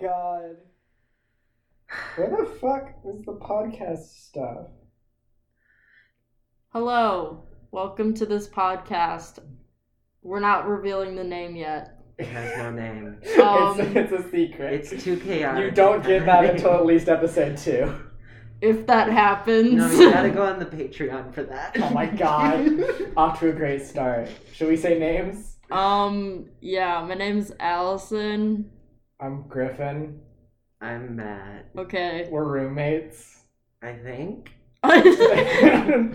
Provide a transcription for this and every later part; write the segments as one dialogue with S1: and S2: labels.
S1: god. Where the fuck is the podcast stuff?
S2: Hello. Welcome to this podcast. We're not revealing the name yet.
S3: It has no name.
S2: Um,
S1: it's, it's a secret.
S3: It's too chaotic.
S1: you don't get that until at least episode two.
S2: If that happens.
S3: No, you gotta go on the Patreon for that.
S1: Oh my god. Off to a great start. Should we say names?
S2: um, yeah, my name's Allison.
S1: I'm Griffin.
S3: I'm Matt.
S2: Okay.
S1: We're roommates.
S3: I think.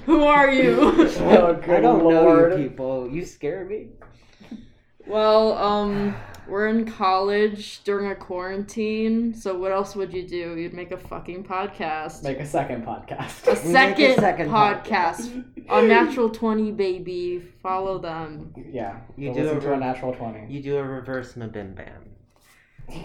S2: Who are you?
S1: Oh, good
S3: I don't
S1: lord.
S3: know you people. You scare me.
S2: well, um, we're in college during a quarantine, so what else would you do? You'd make a fucking podcast.
S1: Make a second podcast.
S2: a
S3: a
S2: second,
S3: second
S2: podcast. on Natural 20, baby. Follow them.
S1: Yeah.
S3: You
S1: we'll
S3: do
S1: listen
S3: a
S1: to a
S3: room-
S1: natural 20.
S3: You do a reverse mabim bam.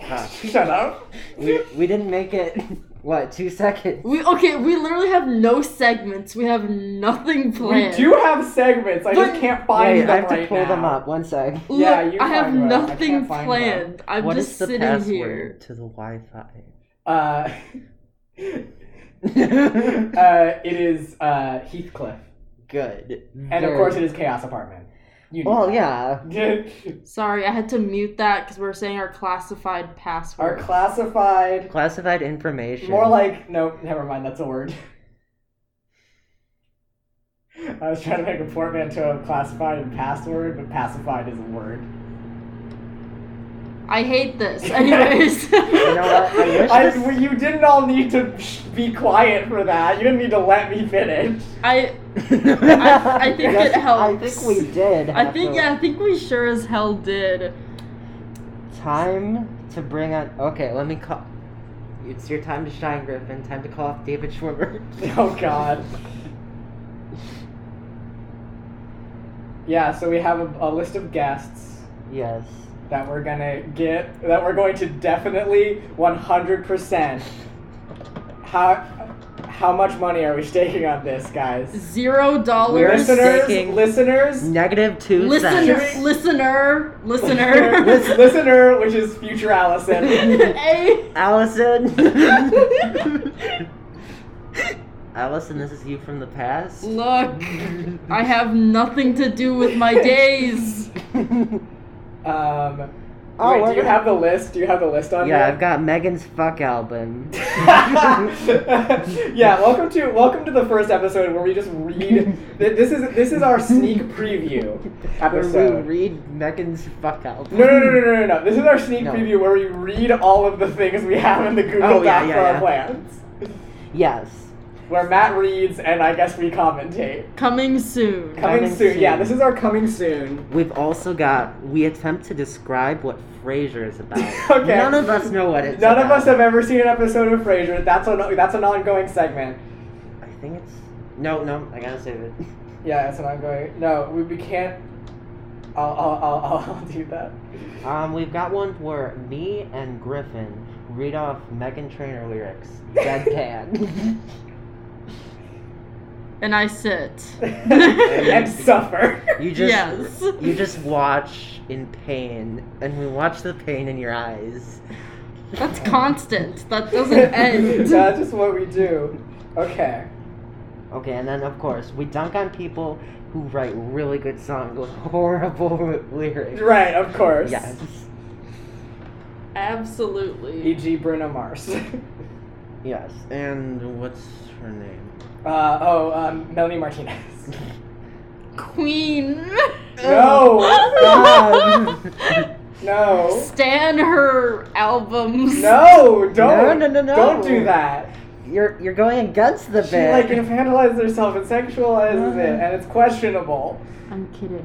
S3: Ah,
S1: Shut up.
S3: we, we didn't make it, what, two seconds?
S2: We okay. We literally have no segments. We have nothing
S1: We
S2: planned.
S1: do have segments. I just
S2: But-
S1: can't find
S3: Wait,
S1: them
S3: I have
S1: right
S3: to pull
S1: now.
S3: them up. One sec.
S2: Look,
S1: Yeah, you
S2: I have
S1: find one. I can't
S2: nothing
S1: find one.
S2: planned. I'm
S3: What
S2: just
S3: is the
S2: sitting
S3: password
S2: here.
S3: to the Wi-Fi?
S1: Uh, uh, it is uh, Heathcliff,
S3: Good.
S1: and of course it is Chaos Apartment. You know
S3: Well,
S1: that.
S3: yeah.
S2: Sorry, I had to mute that because we are saying our classified
S1: Our
S2: password.
S1: classified,
S3: Classified information.
S1: more like no, never mind. That's a word. I was trying to make a portmanteau of classified and password, but pacified is a word.
S2: I hate this. Anyways,
S3: You know what? I wish
S1: I-
S3: this-
S1: you didn't all need to sh- be quiet for that. You didn't need to let me finish.
S2: I I- I think it
S3: I
S2: helps.
S3: think we did.
S2: I
S3: have
S2: think
S3: to-
S2: yeah, I think we sure as hell did.
S3: Time to bring on. Okay, let me call. It's your time to shine, Griffin. Time to call off David Schwimmer.
S1: Oh God. Yeah, so we have a, a list of guests
S3: yes.
S1: that we're gonna get. That we're going to definitely one hundred percent. How how much money are we staking on this, guys?
S2: Zero dollars.
S3: Listen-
S1: Listeners,
S3: staking-
S1: listeners,
S3: Negative two
S2: Listener,
S3: cents.
S2: listener, listener,
S1: Lis- listener, which is future Allison.
S2: Hey,
S3: Allison. Allison, this is you from the past.
S2: look, I have nothing to do with my days.
S1: Um,
S3: Oh,
S1: wait,
S3: we're
S1: do you
S3: gonna-
S1: have the list? Do you have the list on
S3: yeah,
S1: there?
S3: I've got Megan's fuck album.
S1: yeah, welcome to welcome to the first episode where we just read. th- This is this is our sneak preview
S3: Where we
S1: episode.
S3: read Megan's fuck album.
S1: No, no, no, no, no, no, no. This is our sneak
S3: No.
S1: preview where we read all of the things we have in the Google
S3: Oh,
S1: Doc
S3: yeah, yeah,
S1: for our
S3: yeah.
S1: plans.
S3: Yes.
S1: Where Matt reads and I guess we commentate.
S2: Coming soon.
S1: Coming,
S3: Coming
S1: soon. Yeah,
S3: soon.
S1: this is our coming soon.
S3: We've also got we attempt to describe what Frasier is about.
S1: Okay.
S3: None of us know what it's
S1: None of
S3: about.
S1: us have ever seen an episode of Frasier. That's an that's an ongoing segment.
S3: I think it's no, no. I gotta save it.
S1: Yeah, that's an ongoing. No, we, we can't. I'll I'll, I'll I'll do that.
S3: Um, we've got one where me and Griffin read off Megan Trainor lyrics deadpan.
S2: And I sit.
S1: and suffer.
S3: you just
S2: Yes.
S3: you just watch in pain, and we watch the pain in your eyes.
S2: That's constant. That doesn't end.
S1: That's just what we do. Okay.
S3: Okay, and then of course we dunk on people who write really good songs with horrible lyrics.
S1: Right, of course.
S3: Yes.
S2: Absolutely.
S1: E.g. Bruno Mars. uh,
S3: Yes. And what's her name?
S1: oh, um, Melanie Martinez.
S2: Queen.
S1: No! No.
S2: Stan her albums.
S1: No, don't.
S3: No, no, no, no.
S1: Don't do that.
S3: you're you're going against the
S1: She,
S3: bit.
S1: like, infantilizes herself and sexualizes
S3: No.
S1: it, and it's questionable.
S2: I'm kidding.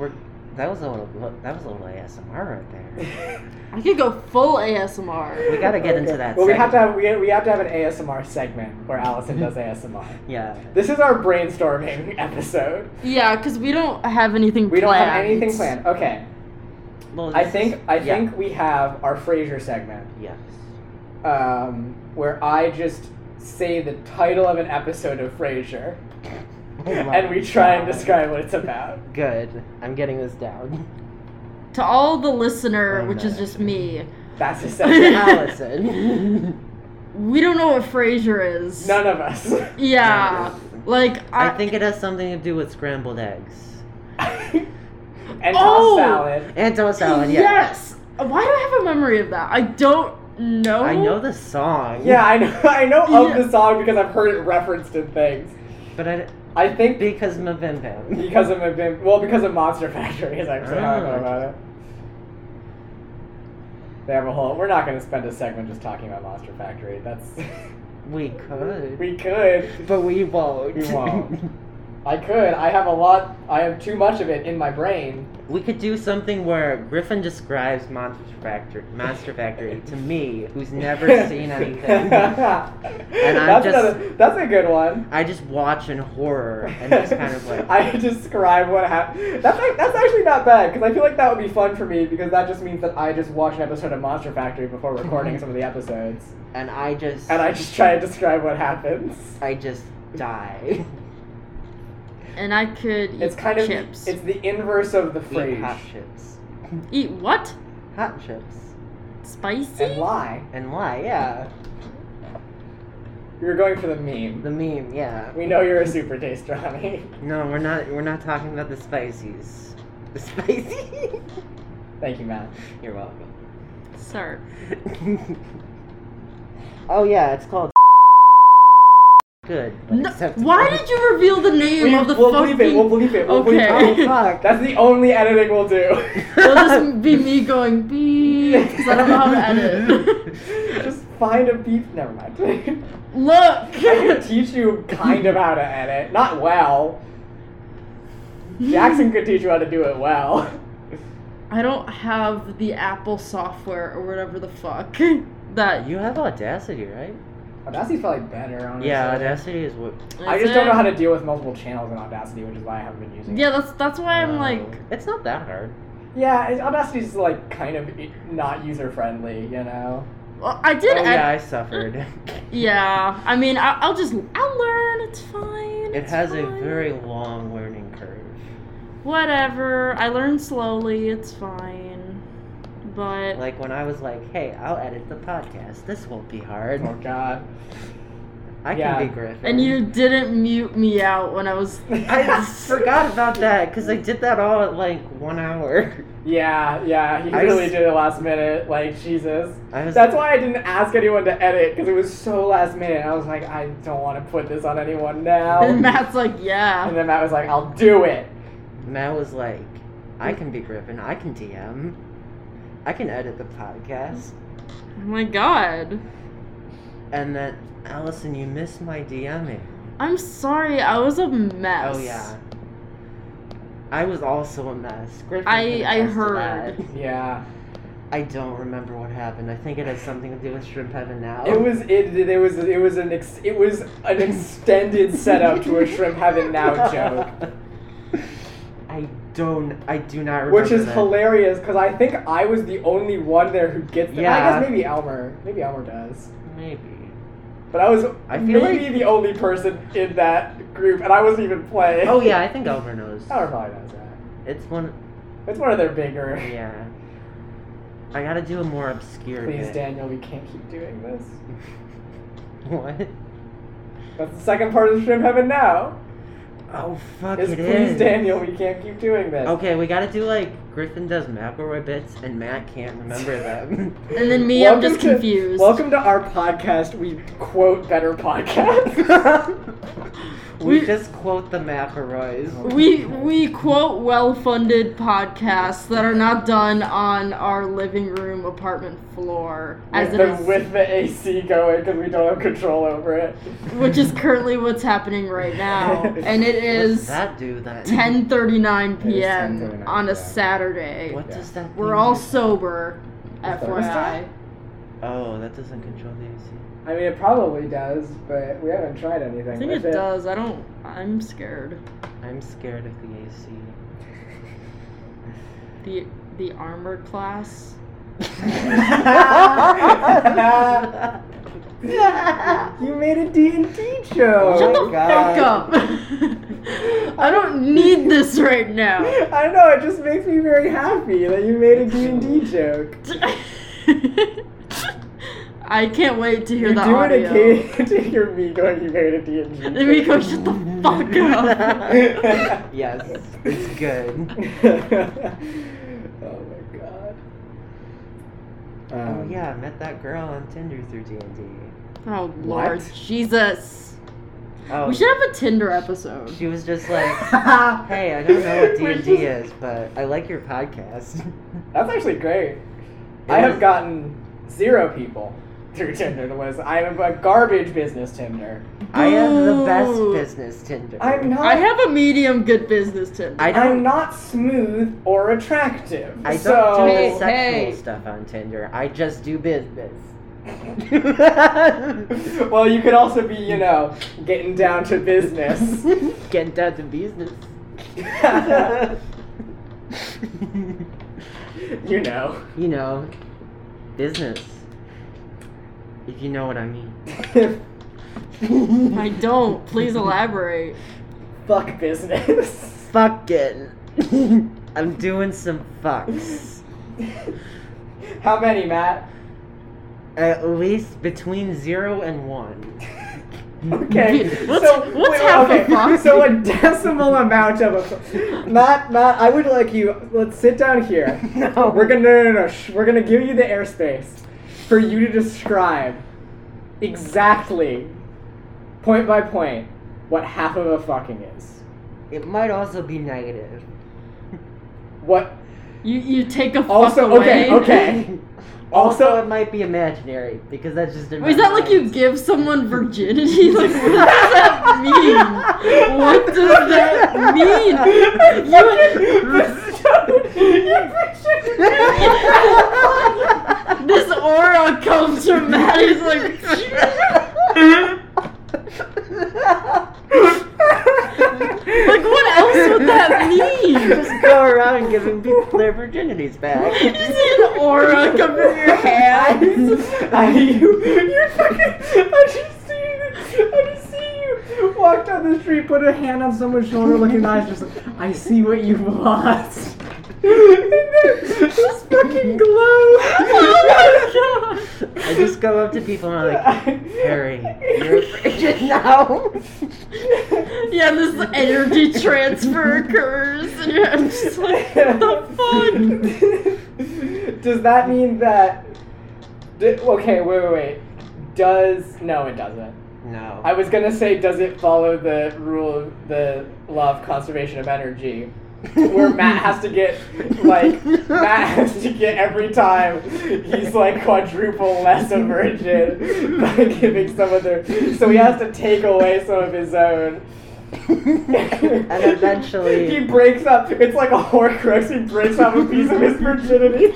S3: We're, that was a little that was a little ASMR right there.
S2: I could go full ASMR.
S3: We gotta get
S1: Okay.
S3: into that.
S1: Well, we have to
S3: second.
S1: have we, we have to have an ASMR segment where Allison does ASMR.
S3: Yeah.
S1: This is our brainstorming episode.
S2: Yeah, because we don't have anything
S1: We don't
S2: planned.
S1: have anything planned. Okay.
S3: Well,
S1: I
S3: this
S1: think
S3: is-
S1: I
S3: yeah.
S1: think we have our Frasier segment,
S3: Yes.
S1: um, where I just say the title of an episode of Frasier,
S3: Oh my
S1: and we try and
S3: God.
S1: describe what it's about.
S3: Good. I'm getting this down.
S2: to all the listener,
S3: Oh,
S2: which is
S3: no.
S2: just me,
S1: That's essential.
S3: Allison.
S2: we don't know what Frasier is.
S1: None of us.
S2: Yeah. Like I,
S3: I
S1: Uh,
S3: think it has something to do with scrambled eggs.
S1: and tossed
S2: Oh!
S1: salad.
S3: And toast salad, yeah.
S2: Yes. Why do I have a memory of that? I don't know.
S3: I know the song.
S1: Yeah, I know. I know
S2: Yeah.
S1: of the song because I've heard it referenced in things.
S3: But I,
S1: I think
S3: because Mavim Bam.
S1: because of Mavim, well, because of Monster Factory is actually how I know
S3: Ah.
S1: about it. They have a whole. We're not going to spend a segment just talking about Monster Factory. That's
S3: We could.
S1: we could.
S3: but we won't.
S1: We won't. I could. I have a lot. I have too much of it in my brain.
S3: we could do something where Griffin describes Monster Factory, Monster Factory to me, who's never seen anything.
S1: that's,
S3: just-
S1: another- that's a good one.
S3: I just watch in horror and just kind of like.
S1: I describe what happened. That's ac- that's actually not bad because I feel like that would be fun for me because that just means that I just watch an episode of Monster Factory before recording some of the episodes,
S3: and I just.
S1: and I just try to describe what happens.
S3: I just die.
S2: And I could eat
S1: It's kind of
S2: chips.
S1: it's the inverse of the
S3: Eat
S1: phrase
S3: hot chips.
S2: Eat what?
S3: Hot chips.
S2: Spicy?
S1: and lie.
S3: And why? Yeah.
S1: You're going for the meme.
S3: The meme. Yeah.
S1: We know you're a super taste, Ronnie.
S3: No, we're not. We're not talking about the spices. The spicy.
S1: Thank you, Matt.
S3: You're welcome.
S2: Sir.
S3: oh yeah, it's called. Good. but
S2: No,
S3: except-
S2: why did you reveal the name
S1: We,
S2: of the
S1: will
S2: fucking?
S1: believe it. We'll believe it. We'll
S2: Okay.
S1: believe
S3: Oh
S1: it.
S3: fuck.
S1: That's the only editing we'll do.
S2: It'll just be me going beep because I don't know how to edit.
S1: Just find a beef. Never mind. I can
S2: Look.
S1: teach you kind of how to edit. Not well. Jackson could teach you how to do it well.
S2: I don't have the Apple software or whatever the fuck that.
S3: You have Audacity, right?
S1: Audacity's probably better, honestly.
S3: Yeah, Audacity is what.
S1: I just don't know how to deal with multiple channels in Audacity, which is why I haven't been using
S2: Yeah,
S1: it.
S2: that's that's why I'm
S3: No.
S2: like.
S3: It's not that hard.
S1: Yeah, it's- Audacity's like kind of i- not user friendly, you know?
S2: Well, I did.
S3: oh
S2: ed-
S3: yeah, I suffered.
S2: Yeah, I mean, I, I'll just I'll learn. It's fine.
S3: it
S2: it's
S3: has a
S2: fine.
S3: very long learning curve.
S2: whatever. I learn slowly. It's fine. But
S3: Like when I was like, "Hey, I'll edit the podcast. This won't be hard.
S1: Oh, God.
S3: I can
S1: Yeah.
S3: be Griffin."
S2: and you didn't mute me out when I was.
S3: I forgot about that because I did that all at like one hour.
S1: Yeah, yeah, he
S3: I
S1: really
S3: just-
S1: did it last minute. Like, Jesus.
S3: I was
S1: That's why I didn't ask anyone to edit, because it was so last minute. I was like, I don't want to put this on anyone now.
S3: Oh.
S2: And Matt's like, yeah.
S1: And then Matt was like, I'll do it.
S3: Matt was like, I can be Griffin, I can DM, I can edit the podcast.
S2: Oh my god.
S3: And then, Allison, you missed my DMing.
S2: I'm sorry. I was a mess.
S3: Oh, yeah. I was also a mess. Griffin
S2: I-
S3: can
S2: I
S3: attest to
S2: heard.
S3: that.
S1: Yeah.
S3: I don't remember what happened. I think it has something to do with Shrimp Heaven now.
S1: It was it, it was it was an ex, it was an extended setup to a shrimp heaven now joke,
S3: I don't. I do not remember.
S1: which is
S3: that.
S1: hilarious because I think I was the only one there who gets. The, I
S3: Yeah.
S1: guess maybe Elmer, maybe Elmer does,
S3: Maybe.
S1: but I was
S3: I feel
S1: maybe the only person in that group, and I wasn't even playing.
S3: Oh yeah, I think Elmer knows.
S1: Elmer probably knows that.
S3: It's one.
S1: It's one of their bigger.
S3: Yeah. I gotta do a more obscure.
S1: Please,
S3: bit.
S1: Daniel, we can't keep doing this.
S3: What?
S1: That's the second part of shrimp heaven now.
S3: Oh fuck!
S1: Is
S3: it
S1: please,
S3: is.
S1: Daniel, we can't keep doing this.
S3: Okay, we gotta do like Griffin does McElroy bits, and Matt can't remember them.
S2: And then me, I'm just
S1: to-
S2: confused.
S1: Welcome to our podcast. We quote better podcasts.
S3: we,
S2: We-
S3: just quote the McElroys.
S2: We we quote well-funded podcasts that are not done on our living room apartment floor, as
S1: with,
S2: it
S1: the,
S2: is,
S1: with the AC going because we don't have control over it.
S2: which is currently what's happening right now, and it
S3: What's
S2: is
S3: that do then?
S2: 10:39
S1: It is
S2: p.m.
S1: 10:39,
S2: on
S1: yeah.
S2: a Saturday.
S3: What does that?
S2: We're
S3: thing
S2: all
S3: do?
S2: sober,
S1: that-
S2: FYI.
S3: Oh, that doesn't control the AC.
S1: I mean, it probably does, but we haven't tried anything.
S2: I think it
S1: with
S2: does. I don't. I'm scared.
S3: I'm scared of the AC.
S2: The the armor class.
S1: You made a D and D show.
S3: Oh
S2: Shut
S3: my
S2: the
S1: Oh
S3: God.
S2: fuck up. I don't need this right now.
S1: I know it just makes me very happy that you made a D and D joke.
S2: I can't wait to hear
S1: You
S2: the
S1: do
S2: audio.
S1: it again to hear me going. You made a D and D.
S2: Then we go shut the fuck up.
S3: Yes, it's good.
S1: oh my god.
S3: Oh
S1: Um,
S3: yeah, I met that girl on Tinder through D and
S2: oh Lord
S1: What?
S2: Jesus.
S3: D. Oh,
S2: We should have a Tinder episode.
S3: she was just like, "Hey, I don't know what D and D is, but I like your podcast."
S1: That's actually great. I have gotten zero people through Tinder to listen. I am a garbage business Tinder.
S3: I have the best
S2: Boo.
S3: business Tinder.
S1: I'm not.
S2: I have a medium good business Tinder.
S3: I
S1: I'm
S3: don't.
S1: not smooth or attractive.
S3: I don't
S1: so
S3: do
S2: Hey,
S3: the sexual
S2: hey.
S3: stuff on Tinder. I just do business.
S1: well, you could also be, you know, getting down to business.
S3: Getting down to business.
S1: you know.
S3: you know, business. If you know what I mean.
S2: I don't. Please elaborate.
S1: Fuck business.
S3: Fucking. I'm doing some fucks.
S1: How many, Matt?
S3: At least between zero and one.
S1: Okay.
S2: What's-
S1: so,
S2: what's
S1: wait,
S2: half a
S1: okay,
S2: fuck?
S1: So a decimal amount of a. Matt, Matt, I would like you. Let's sit down here.
S3: No.
S1: We're gonna no, no, no, shh, we're gonna give you the airspace for you to describe exactly, point by point, what half of a fucking is.
S3: It might also be negative.
S1: What?
S2: You you take a fuck
S1: Also,
S2: away.
S1: okay, okay.
S3: Also, it
S1: Also,
S3: might be imaginary because that's just. in
S2: Wait, Is
S3: my
S2: that like you
S3: mind.
S2: give someone virginity? Like, what does that mean? What does that mean? You, this aura comes from Matt. He's like, like what else would that mean?
S3: Just go around giving people their virginities
S2: You
S3: back.
S2: see an aura come from your hands.
S1: I, you, you're fucking. I just see you. I just see you. Walk down the street, put a hand on someone's shoulder, look in the eyes, just like, I see what you've lost. and then this fucking glow.
S2: Oh my god!
S3: I just go up to people and I'm like, Harry, you're a virgin now.
S2: Yeah, this energy transfer occurs, and you're I'm just like, what the fuck?
S1: Does that mean that? d- okay, wait, wait, wait. Does no, it doesn't.
S3: No.
S1: I was gonna say, does it follow the rule of the law of conservation of energy, where Matt has to get like Matt has to get every time he's like quadruple less a virgin by giving some of their, so he has to take away some of his own.
S3: and eventually.
S1: he breaks up. It's like a Horcrux. He breaks off a piece of his virginity.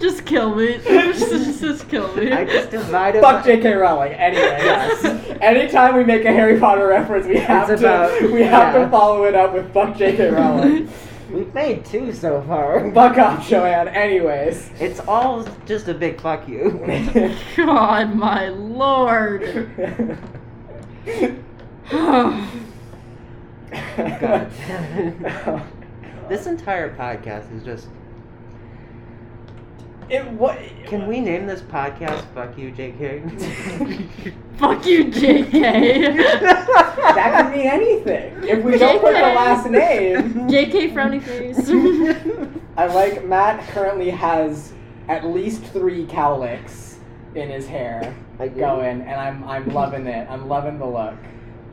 S2: Just kill me. Just, just, just kill me.
S3: I just divided.
S1: Fuck J.K. Rowling. Anyway, yes. Anytime we make a Harry Potter reference, we have
S3: It's
S1: to
S3: about-
S1: we have
S3: yeah.
S1: to follow it up with fuck J.K. Rowling.
S3: We've made two so far.
S1: fuck off, Joanne. Anyways,
S3: It's all just a big fuck you.
S2: God, my lord.
S3: God. this entire podcast is just.
S1: it what?
S3: Can we name this podcast "Fuck You, JK"?
S2: Fuck you, JK.
S1: That could mean anything. If we don't put the
S2: JK.
S1: last name,
S2: JK frowny face.
S1: I like Matt currently has at least three cowlicks in his hair
S3: I do.
S1: going, and I'm I'm loving it. I'm loving the look,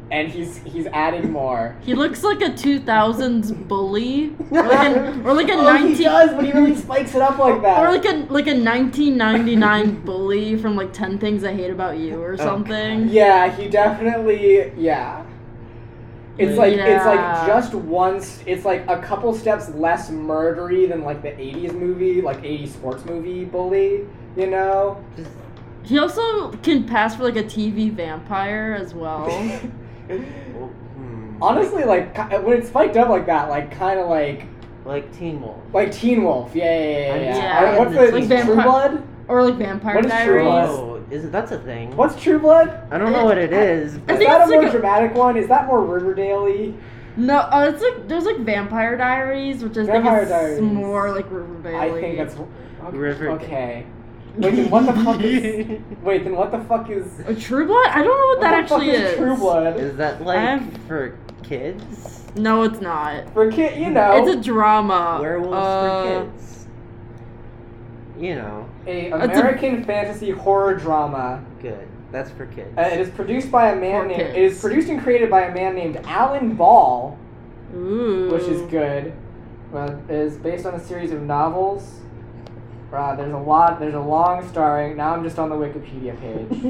S1: and he's he's adding more.
S2: he looks like a 2000s bully. Or like, an, or like a
S1: Oh,
S2: 19...
S1: he does, but he really spikes it up like that.
S2: Or like a like a 1999 bully from like 10 Things I Hate About You
S1: Oh,
S2: or something.
S1: yeah, he definitely yeah. It's like it's
S2: Yeah.
S1: like just once. It's like a couple steps less murdery than like the '80s movie, like '80s sports movie bully. You know.
S3: Just-
S2: He also can pass for like a TV vampire as well.
S3: oh, hmm.
S1: Honestly, like ki- when it's spiked up like that, like kind of like
S3: like Teen Wolf.
S1: like Teen Wolf. Yeah, yeah, yeah. yeah.
S2: Yeah,
S1: I- what's the
S3: it's
S2: like
S1: True
S2: vampire-
S1: Blood?
S2: or like Vampire
S1: What is True
S2: Diaries.
S1: Blood?
S3: Oh, Blood. Is it? That's a thing.
S1: What's True Blood?
S3: I don't know what it is.
S2: I
S1: Is
S3: But
S2: think
S1: that a
S2: it's
S1: more
S2: like a-
S1: dramatic one? Is that more Riverdale-y?
S2: No, uh, it's like there's like Vampire Diaries, which I
S1: Vampire
S2: think is
S1: Diaries.
S2: more like Riverdale.
S1: I think that's
S3: Riverdale.
S1: Okay. Wait, then what the fuck is? Wait, then what the fuck is?
S2: a True Blood. I don't know what,
S1: what
S2: that
S1: the
S2: actually
S1: fuck is, True Blood?
S3: Is that like
S2: I'm-
S3: for kids?
S2: No, it's not.
S1: For kid, you know,
S2: It's a drama.
S3: Oh. Werewolves
S2: Uh,
S3: for kids. You know,
S1: a
S2: a-
S1: American fantasy horror drama.
S3: good. That's for kids.
S1: Uh, it is produced by a
S2: For
S1: man named.
S2: kids.
S1: It is produced and created by a man named Alan Ball,
S2: Ooh.
S1: which is good. Well, it is based on a series of novels. Wow, there's a lot. There's a long starring. Now I'm just on the Wikipedia page.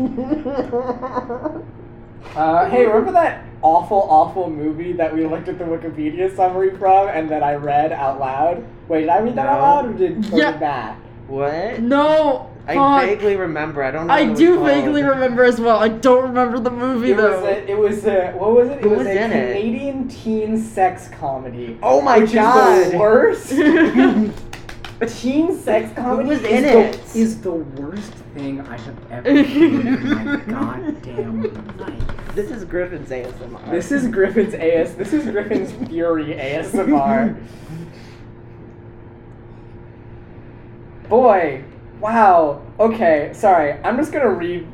S1: Uh, hey, remember that awful, awful movie that we looked at the Wikipedia summary from and that I read out loud? Wait, did I read that out
S3: No.
S1: loud or did, or
S2: Yeah.
S1: did that?
S3: what?
S2: No. Fuck.
S3: I vaguely remember. I don't know.
S2: I
S3: what it
S2: do
S3: was called.
S2: vaguely remember as well. I don't remember the movie
S1: It was,
S2: though.
S1: a, it was a, what was it? It
S3: Who
S1: was,
S3: was
S1: a
S3: in it?
S1: Canadian teen sex comedy.
S3: Oh my
S1: which is
S3: god!
S1: the worst.
S2: Who
S1: teen sex comedy
S3: was
S1: is,
S3: in
S1: the,
S3: it?
S1: is the worst thing I have ever seen in my goddamn life.
S3: This is Griffin's ASMR.
S1: This is Griffin's AS. This is Griffin's Fury ASMR. Boy, wow. Okay, sorry. I'm just gonna read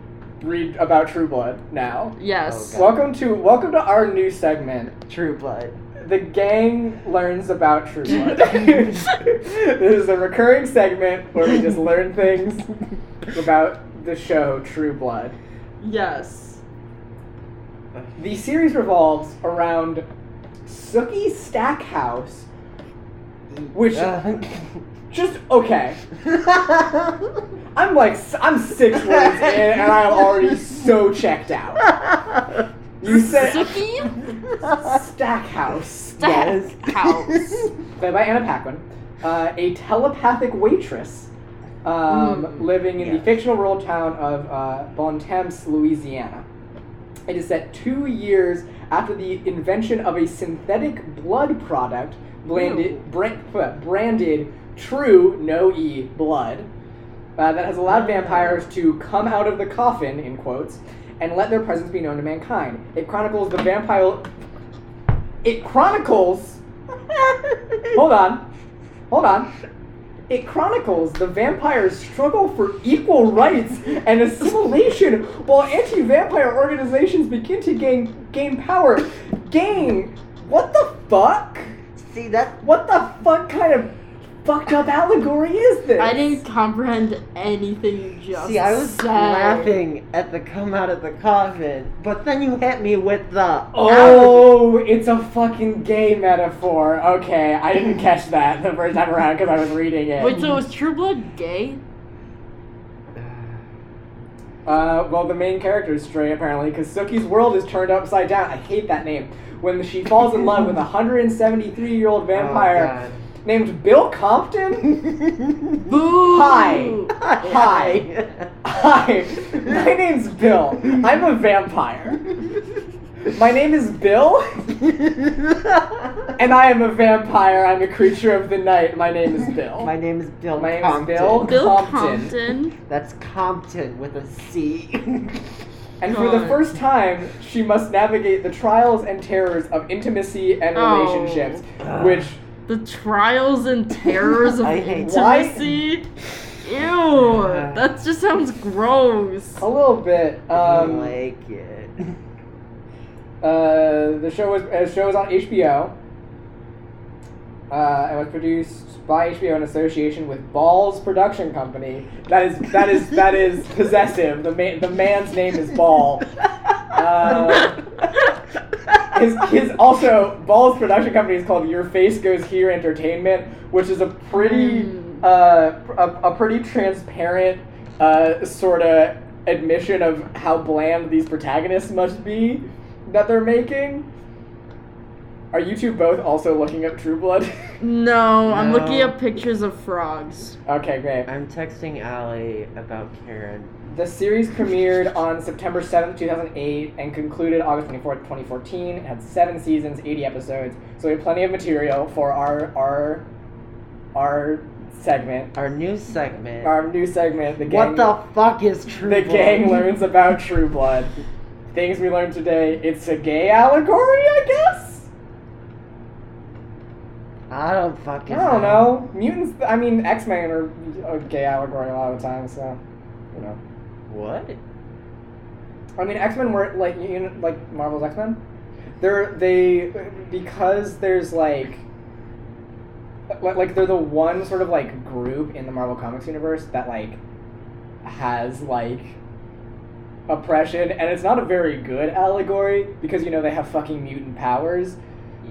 S1: read about True Blood now.
S2: yes.
S3: Oh,
S1: Welcome to welcome to our new segment.
S3: True Blood.
S1: The gang learns about True Blood. this is a recurring segment where we just learn things about the show True Blood.
S2: yes.
S1: The series revolves around Sookie Stackhouse, which
S3: Uh,
S1: just okay. I'm like s- I'm six words in, and I'm already so checked out. You said
S2: Suki
S1: Stackhouse,
S2: Stack House.
S1: played by Anna Paquin, uh, a telepathic waitress um,
S2: Mm.
S1: living in the
S3: Yeah.
S1: fictional rural town of uh, Bontemps, Louisiana. It is set two years after the invention of a synthetic blood product
S2: Ew.
S1: branded, bra- branded True No E Blood uh, that has allowed vampires to come out of the coffin, in quotes, and let their presence be known to mankind. It chronicles the vampire. It chronicles. Hold on. Hold on. It chronicles the vampire's struggle for equal rights and assimilation while anti vampire organizations begin to gain gain power. Gain what the fuck?
S3: See that?
S1: What the fuck kind of fucked up allegory is this?
S2: I didn't comprehend anything you just
S3: See, I was
S2: said.
S3: laughing at the come out of the coffin, but then you hit me with the
S1: Oh, it's a fucking gay metaphor. Okay, I didn't catch that the first time around because I was reading it.
S2: Wait, so is True Blood gay?
S1: Uh, well, the main character is straight apparently, because Suki's world is turned upside down. I hate that name. When she falls in love with a 173 year old vampire named Bill Compton?
S3: Oh,
S2: Boo!
S1: Hi.
S3: God.
S1: Hi. Hi, my name's Bill. I'm a vampire. My name is Bill, and I am a vampire. I'm a creature of the night. My name is Bill.
S3: My name is Bill.
S1: My name is
S3: Compton.
S1: Bill.
S2: Bill
S1: Compton.
S2: Compton.
S3: That's Compton with a C.
S1: And for the
S2: God.
S1: first time, she must navigate the trials and terrors of intimacy and
S2: Oh.
S1: relationships, which
S2: The trials and terrors of
S3: I hate-
S2: intimacy. Ew,
S3: Yeah. Oh,
S2: that just sounds gross.
S1: a little bit.
S3: I
S1: Um,
S3: like it.
S1: uh, the show was uh, show was on HBO. Uh, and was produced by HBO in association with Balls Production Company. That is that is that is possessive. The man the man's name is Ball. Uh, his, his also Ball's production company is called Your Face Goes Here Entertainment, which is a pretty
S2: Mm.
S1: uh, pr- a, a pretty transparent uh, sort of admission of how bland these protagonists must be that they're making. Are you two both also looking up True Blood?
S2: no, I'm
S3: No.
S2: looking at pictures of frogs.
S1: okay, great.
S3: I'm texting Allie about Karen.
S1: The series premiered on September 7th, 2008, and concluded August 24th, 2014. It had seven seasons, 80 episodes, so we have plenty of material for our our our segment.
S3: Our new segment.
S1: Our new segment, the gang.
S3: what the fuck is true?
S1: the
S3: Blood?
S1: gang learns about True Blood. Things we learned today. It's a gay allegory, I guess.
S3: I don't fucking.
S1: I don't know. Mutants. I mean, X Men are a gay allegory a lot of times. So, you know.
S3: What?
S1: I mean, X Men were like you know, like Marvel's X Men. They're they because there's like li- like they're the one sort of like group in the Marvel Comics universe that like has like oppression and it's not a very good allegory because you know they have fucking mutant powers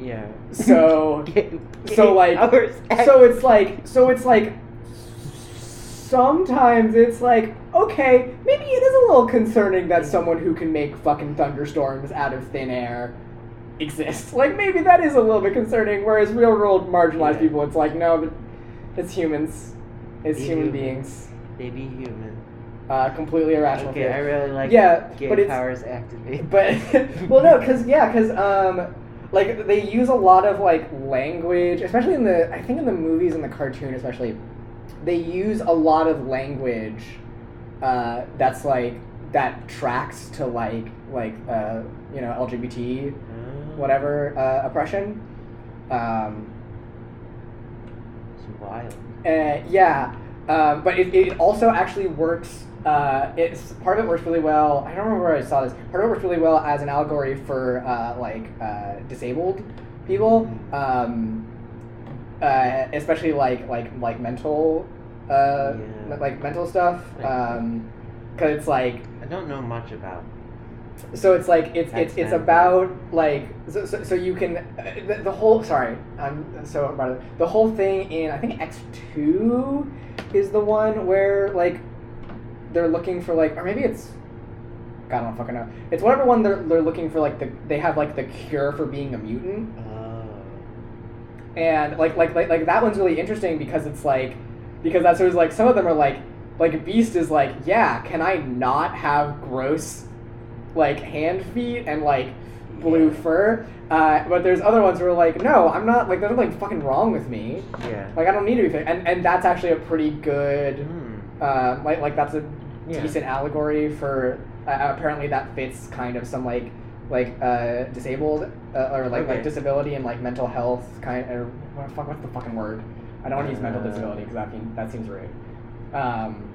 S3: Yeah.
S1: so
S3: Gay-
S1: So,
S3: gay
S1: like-
S3: hours
S1: so it's like so it's like sometimes it's like okay maybe it is a little concerning that someone who can make fucking thunderstorms out of thin air exists like maybe that is a little bit concerning whereas real world marginalized
S3: Yeah.
S1: people it's like no but it's humans it's
S3: Be
S1: human
S3: human.
S1: beings
S3: They be human.
S1: uh, completely irrational
S3: Okay,
S1: fears.
S3: I really like.
S1: Yeah,
S3: Gay
S1: but it's-
S3: powers activate.
S1: But well, no, because yeah, because um, like they use a lot of like language, especially in the I think in the movies and the cartoon, especially they use a lot of language uh, that's like that tracks to like like uh, you know LGBT
S3: Oh, Mm-hmm.
S1: whatever uh, oppression. Um,
S3: It's wild.
S1: uh, yeah, um, but it, it also actually works. Uh, it's part of it works really well. I don't remember where I saw this. Part of it works really well as an allegory for uh, like uh, disabled people, um, uh, especially like like like mental, uh,
S3: Yeah.
S1: like mental stuff. Um, Cause it's like
S3: I don't know much about.
S1: so it's like it's it's it's
S3: X-Men.
S1: about like so, so, so you can uh, the, the whole sorry I'm so about it the whole thing in I think X two is the one where like they're looking for like or maybe it's God, I don't fucking know it's whatever one they're they're looking for like the they have like the cure for being a mutant
S3: Oh.
S1: and like like like, like that one's really interesting because it's like because that's always like some of them are like like beast is like yeah can i not have gross like hand feet and like blue fur uh, but there's other ones who are like no i'm not like there's nothing fucking wrong with me
S3: Yeah.
S1: like i don't need to be fit and and that's actually a pretty good
S3: Hmm.
S1: um, like like that's a
S3: Yeah.
S1: decent allegory for uh, apparently that fits kind of some like like uh, disabled uh, or like like
S3: Okay.
S1: disability and like mental health kind or what the fuck what's the fucking word I don't want to use mental
S3: Uh.
S1: disability because that mean, that seems rude. Um,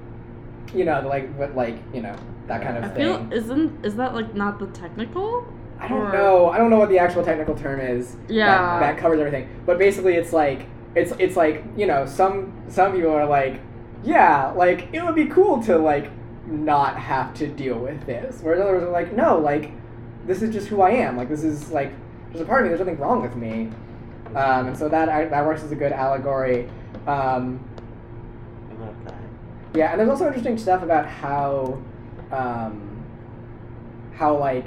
S1: you know the, like what like you know that kind of
S2: I
S1: thing.
S2: feel isn't is that like not the technical?
S1: I don't
S2: or-
S1: know I don't know what the actual technical term is
S2: Yeah.
S1: that, that covers everything. But basically, it's like it's it's like you know some some people are like, yeah, like it would be cool to like not have to deal with this. Whereas others are like, no, like this is just who I am. Like this is like there's a part of me. There's nothing wrong with me. Um, and so that I, that works as a good allegory. Um,
S3: I love that.
S1: yeah, and there's also interesting stuff about how, um, how like,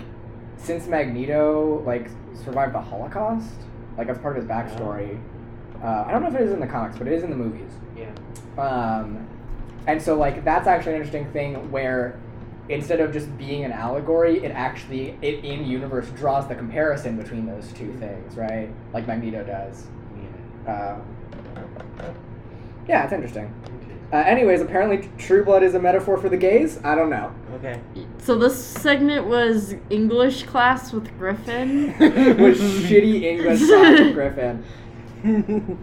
S1: since Magneto like survived the Holocaust, like that's part of his backstory. Uh, I don't know if it is in the comics, but it is in the movies.
S3: Yeah.
S1: Um, and so like that's actually an interesting thing where instead of just being an allegory, it actually it in universe draws the comparison between those two things, right? Like Magneto does.
S3: Yeah.
S1: Um, yeah, it's interesting.
S3: Interesting.
S1: Uh, anyways, apparently True Blood is a metaphor for the gays. I don't know.
S3: Okay.
S2: So this segment was English class with Griffin.
S1: With shitty English Dr. Griffin.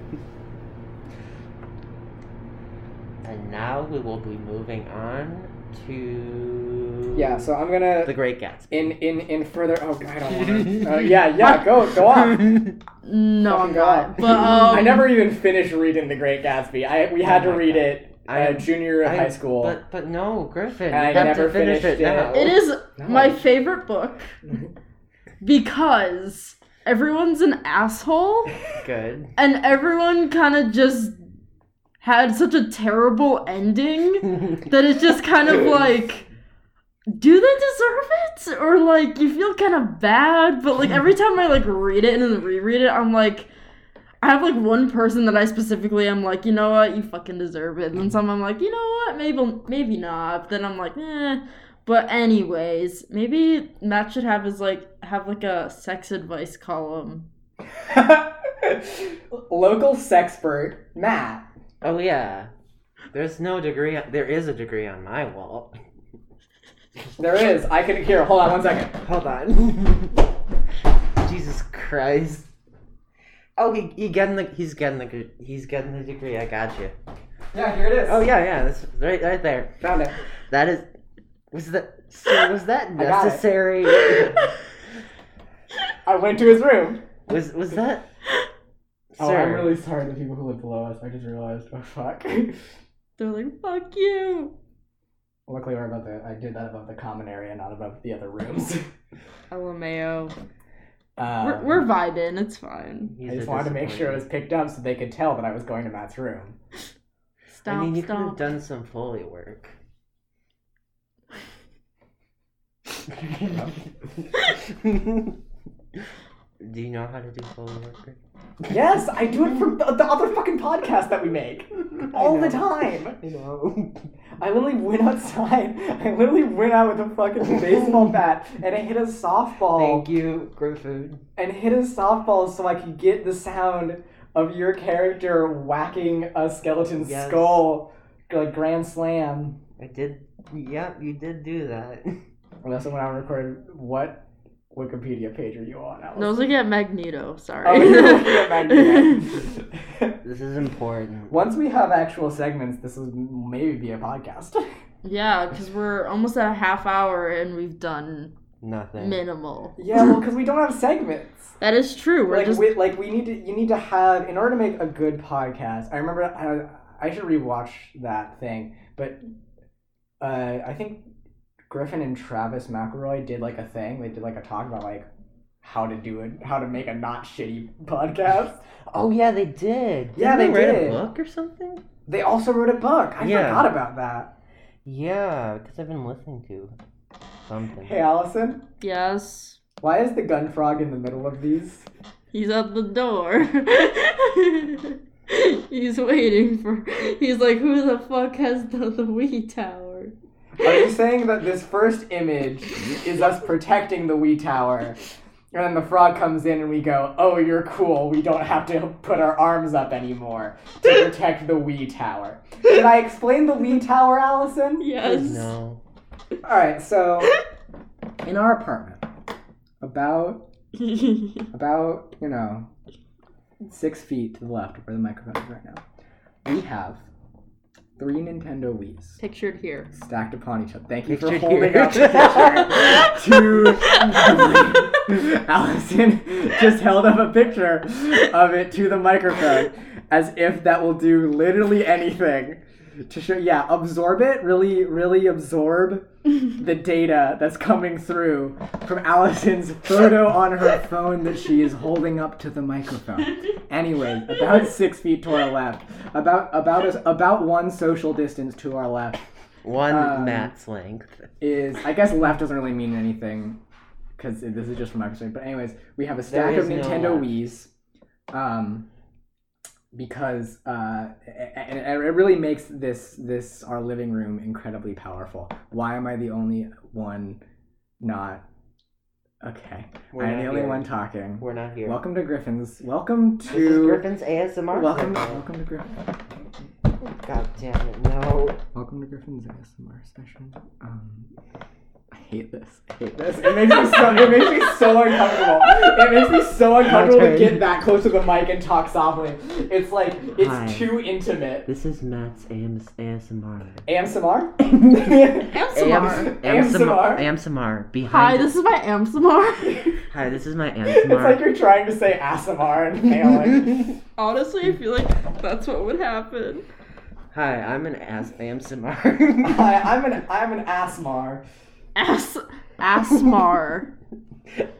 S3: and now we will be moving on to
S1: Yeah, so I'm gonna
S3: the Great Gatsby.
S1: in in in further. Oh God, I don't want to. Uh, yeah, yeah, go go on.
S3: Oh
S2: no,
S1: Fucking
S2: I'm
S1: go on.
S2: not. But um,
S1: I never even finished reading The Great Gatsby. I we had
S3: Oh
S1: to
S3: my
S1: read
S3: God.
S1: it uh,
S3: I-
S1: junior year of
S3: I-
S1: high school.
S3: But but no, Griffin.
S1: I
S3: you have
S1: never
S3: to finish
S1: finished
S3: it now.
S1: it.
S2: It is
S1: No.
S2: my favorite book
S3: Mm-hmm.
S2: because everyone's an asshole
S3: Good.
S2: and everyone kind of just had such a terrible ending that it's just kind of like do they deserve it or like you feel kind of bad but like every time i like read it and then reread it i'm like i have like one person that i specifically am like you know what you fucking deserve it and then some i'm like you know what maybe maybe not but then i'm like eh but anyways maybe matt should have his like have like a sex advice column
S1: Local sexpert Matt.
S3: Oh yeah. There's no degree. There is a degree on my wall.
S1: There is. I couldn't hear. Hold on one second.
S3: Hold on. Jesus Christ. Oh, he, he getting the he's getting the gr- he's getting the degree. I got you.
S1: Yeah, here it is.
S3: Oh yeah, yeah. That's right right there.
S1: Found it.
S3: That is was that so was that
S1: I got it.
S3: necessary?
S1: I went to his room.
S3: was was that?
S1: Oh,
S3: sir,
S1: I'm really sorry to the people who live below us. I just realized. Oh fuck.
S2: They're like, fuck you.
S1: Luckily, we're about the. I did that above the common area, not above the other rooms.
S2: LMAO.
S1: Um,
S2: We're, we're vibing. It's fine.
S3: he's
S1: I
S3: a
S1: just wanted to make sure it was picked up so they could tell that I was going to Matt's room.
S2: Stop,
S3: I mean, you could have
S2: stop.
S3: done some Foley work. do you know how to do Foley work?
S1: Yes, I do it from the, the other fucking podcast that we make all the time.
S3: I know.
S1: I literally went outside. I literally went out with a fucking baseball bat and I hit a softball
S3: Thank you, Griffin.
S1: and hit a softball so I could get the sound of your character whacking a skeleton's
S3: Yes.
S1: skull like grand slam.
S3: I did. Yep, you did do that.
S1: Well, that's when I recorded. What Wikipedia page are you on? Alice?
S2: No, I was looking at Magneto. Sorry.
S1: Oh, you're looking at Magneto.
S3: This is important.
S1: Once we have actual segments, this would maybe be a podcast.
S2: yeah, because we're almost at a half hour and we've done
S3: Nothing.
S2: minimal.
S1: yeah, well, because we don't have segments.
S2: That is true. We're
S1: like
S2: just
S1: we like we need to you need to have in order to make a good podcast. I remember I I should rewatch that thing, but uh, I think Griffin and Travis McElroy did like a thing. They did like a talk about like how to do it, how to make a not shitty podcast.
S3: Oh yeah, they did.
S1: Yeah,
S3: Didn't
S1: they
S3: write
S1: did.
S3: a book or something.
S1: They also wrote a book. I
S3: Yeah.
S1: forgot about that.
S3: Yeah, because I've been listening to something.
S1: Hey, Allison,
S2: yes.
S1: why is the gun frog in the middle of these?
S2: He's at the door. he's waiting for. He's like, who the fuck has the, the Wii Tower?
S1: Are you saying that this first image is us protecting the wee tower? And then the frog comes in and we go, Oh, you're cool. We don't have to put our arms up anymore to protect the wee tower. Did I explain the wee tower, Allison?
S2: Yes.
S3: No.
S1: Alright, so in our apartment, about about, you know, six feet to the left of where the microphone is right now, we have three Nintendo Wii's
S2: Pictured here.
S1: stacked upon each other. Thank you
S3: Pictured
S1: for holding
S3: here.
S1: up the picture to Allison just held up a picture of it to the microphone as if that will do literally anything to show yeah, absorb it, really really absorb the data that's coming through from Allison's photo on her phone that she is holding up to the microphone. Anyway, about six feet to our left, about about us about one social distance to our left
S3: One
S1: Um,
S3: Matt's length.
S1: is I guess left doesn't really mean anything because this is just from my perspective. But anyways, we have a stack
S3: There
S1: of
S3: is no
S1: Nintendo
S3: left.
S1: Wii's, um, because uh, and it really makes this this our living room incredibly powerful. Why am I the only one not okay?
S3: We're
S1: I'm
S3: not
S1: the only
S3: here.
S1: one talking.
S3: We're not here.
S1: Welcome to Griffin's. Welcome
S3: This is
S1: to
S3: Griffin's ASMR.
S1: welcome
S3: segment.
S1: welcome to Griffin.
S3: God damn it! No.
S1: Welcome to Griffin's ASMR session. Um, I hate this. I hate this. It makes me so. It makes me so uncomfortable. It makes me so uncomfortable to
S3: turn.
S1: get that close to the mic and talk softly. It's like it's
S3: Hi.
S1: too intimate.
S3: This is Matt's AMS- ASMR.
S1: ASMR.
S2: ASMR.
S1: ASMR.
S3: AMSMR. Behind.
S2: Hi, this is my ASMR.
S1: it's
S3: Hi, this is my AMSMR.
S1: like you're trying to say ASMR and failing.
S2: Honestly, I feel like that's what would happen.
S3: Hi, I'm an ass AMSMR.
S1: Hi, I'm an I'm an ASMR.
S2: Ass Asmar.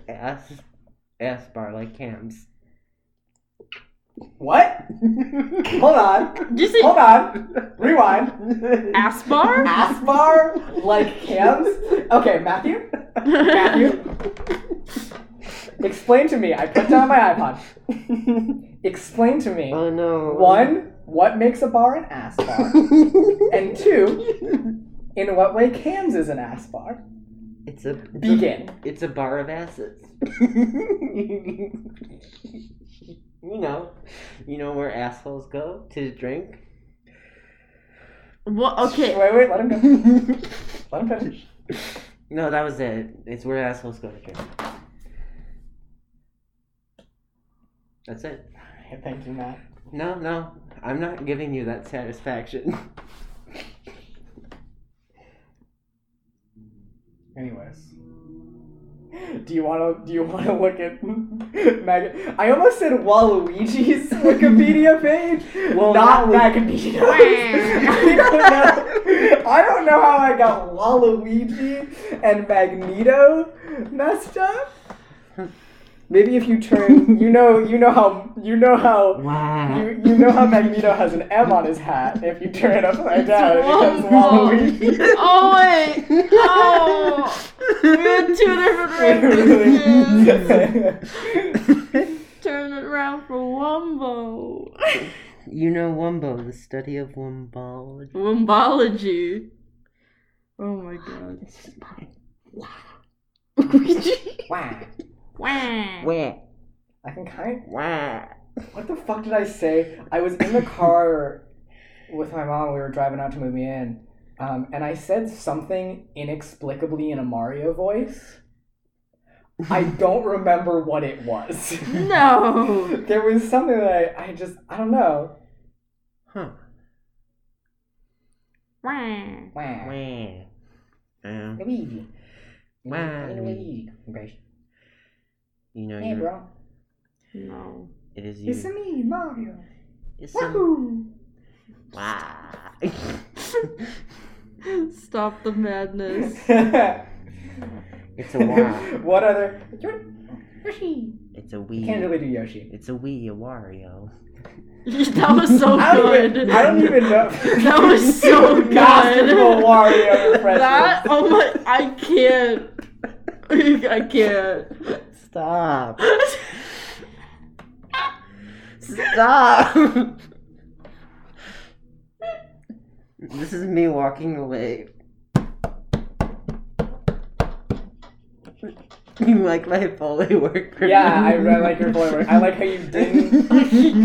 S3: ass, ass bar like cams.
S1: What? Hold on.
S2: Did you say
S1: Hold on. Rewind.
S2: Asmar?
S1: ass bar like cams? Okay, Matthew. Matthew. Explain to me. I put down my iPod. Explain to me.
S3: oh no.
S1: One, what makes a bar an ass bar? And two, in what way cams is an ass bar?
S3: It's a it's a-
S1: Begin.
S3: It's a bar of asses. you know, you know where assholes go to drink.
S2: Well, okay.
S1: Wait, wait, let him go. Let him finish.
S3: no, that was it. It's where assholes go to drink. That's it.
S1: Alright, Thank you, Matt.
S3: No, no, I'm not giving you that satisfaction.
S1: Anyways. Do you wanna do you wanna look at Mag I almost said Waluigi's Wikipedia page?
S3: Well,
S1: not
S3: that would-
S1: Magapedia's. I don't know. I don't know how I got Waluigi and Magneto messed up. Maybe if you turn you know you know how you know how
S3: Wow.
S1: you, you know how Magneto has an M on his hat. If you turn it upside down, it becomes
S2: Waluigi.
S1: Waluigi.
S2: Oh wait. Oh, we had two different references. Turn it around for Wumbo.
S3: you know Wumbo, the study of Wumbology.
S2: Wumbology. Oh my god. This is Luigi.
S1: wow.
S2: Wah.
S3: Wah,
S1: I can kind
S3: wah.
S1: What the fuck did I say? I was in the car with my mom. We were driving out to move me in, um, and I said something inexplicably in a Mario voice. I don't remember what it was.
S2: No.
S1: there was something that I, I just I don't know.
S3: Huh.
S2: Wah.
S1: Wow.
S3: Wah. Um,
S1: Luigi.
S3: Wow.
S1: Luigi.
S3: you know,
S1: Hey,
S3: you
S1: bro.
S2: No.
S3: it is you.
S1: It's me, Mario.
S3: It's a-
S1: Wahoo!
S3: Wah.
S2: Stop the madness.
S3: it's a wah.
S1: what other? Yoshi.
S3: It's a
S1: Can't
S3: wee.
S1: really do Yoshi.
S3: It's a wee, a Wario.
S2: that was so
S1: I don't,
S2: good.
S1: even, I don't even know.
S2: That was so good.
S1: Masterful Wario impression.
S2: That oh my I can't. I can't.
S3: Stop. Stop. this is me walking away. You like my Foley work? right?
S1: Yeah, I, I like your voice. I like how you didn't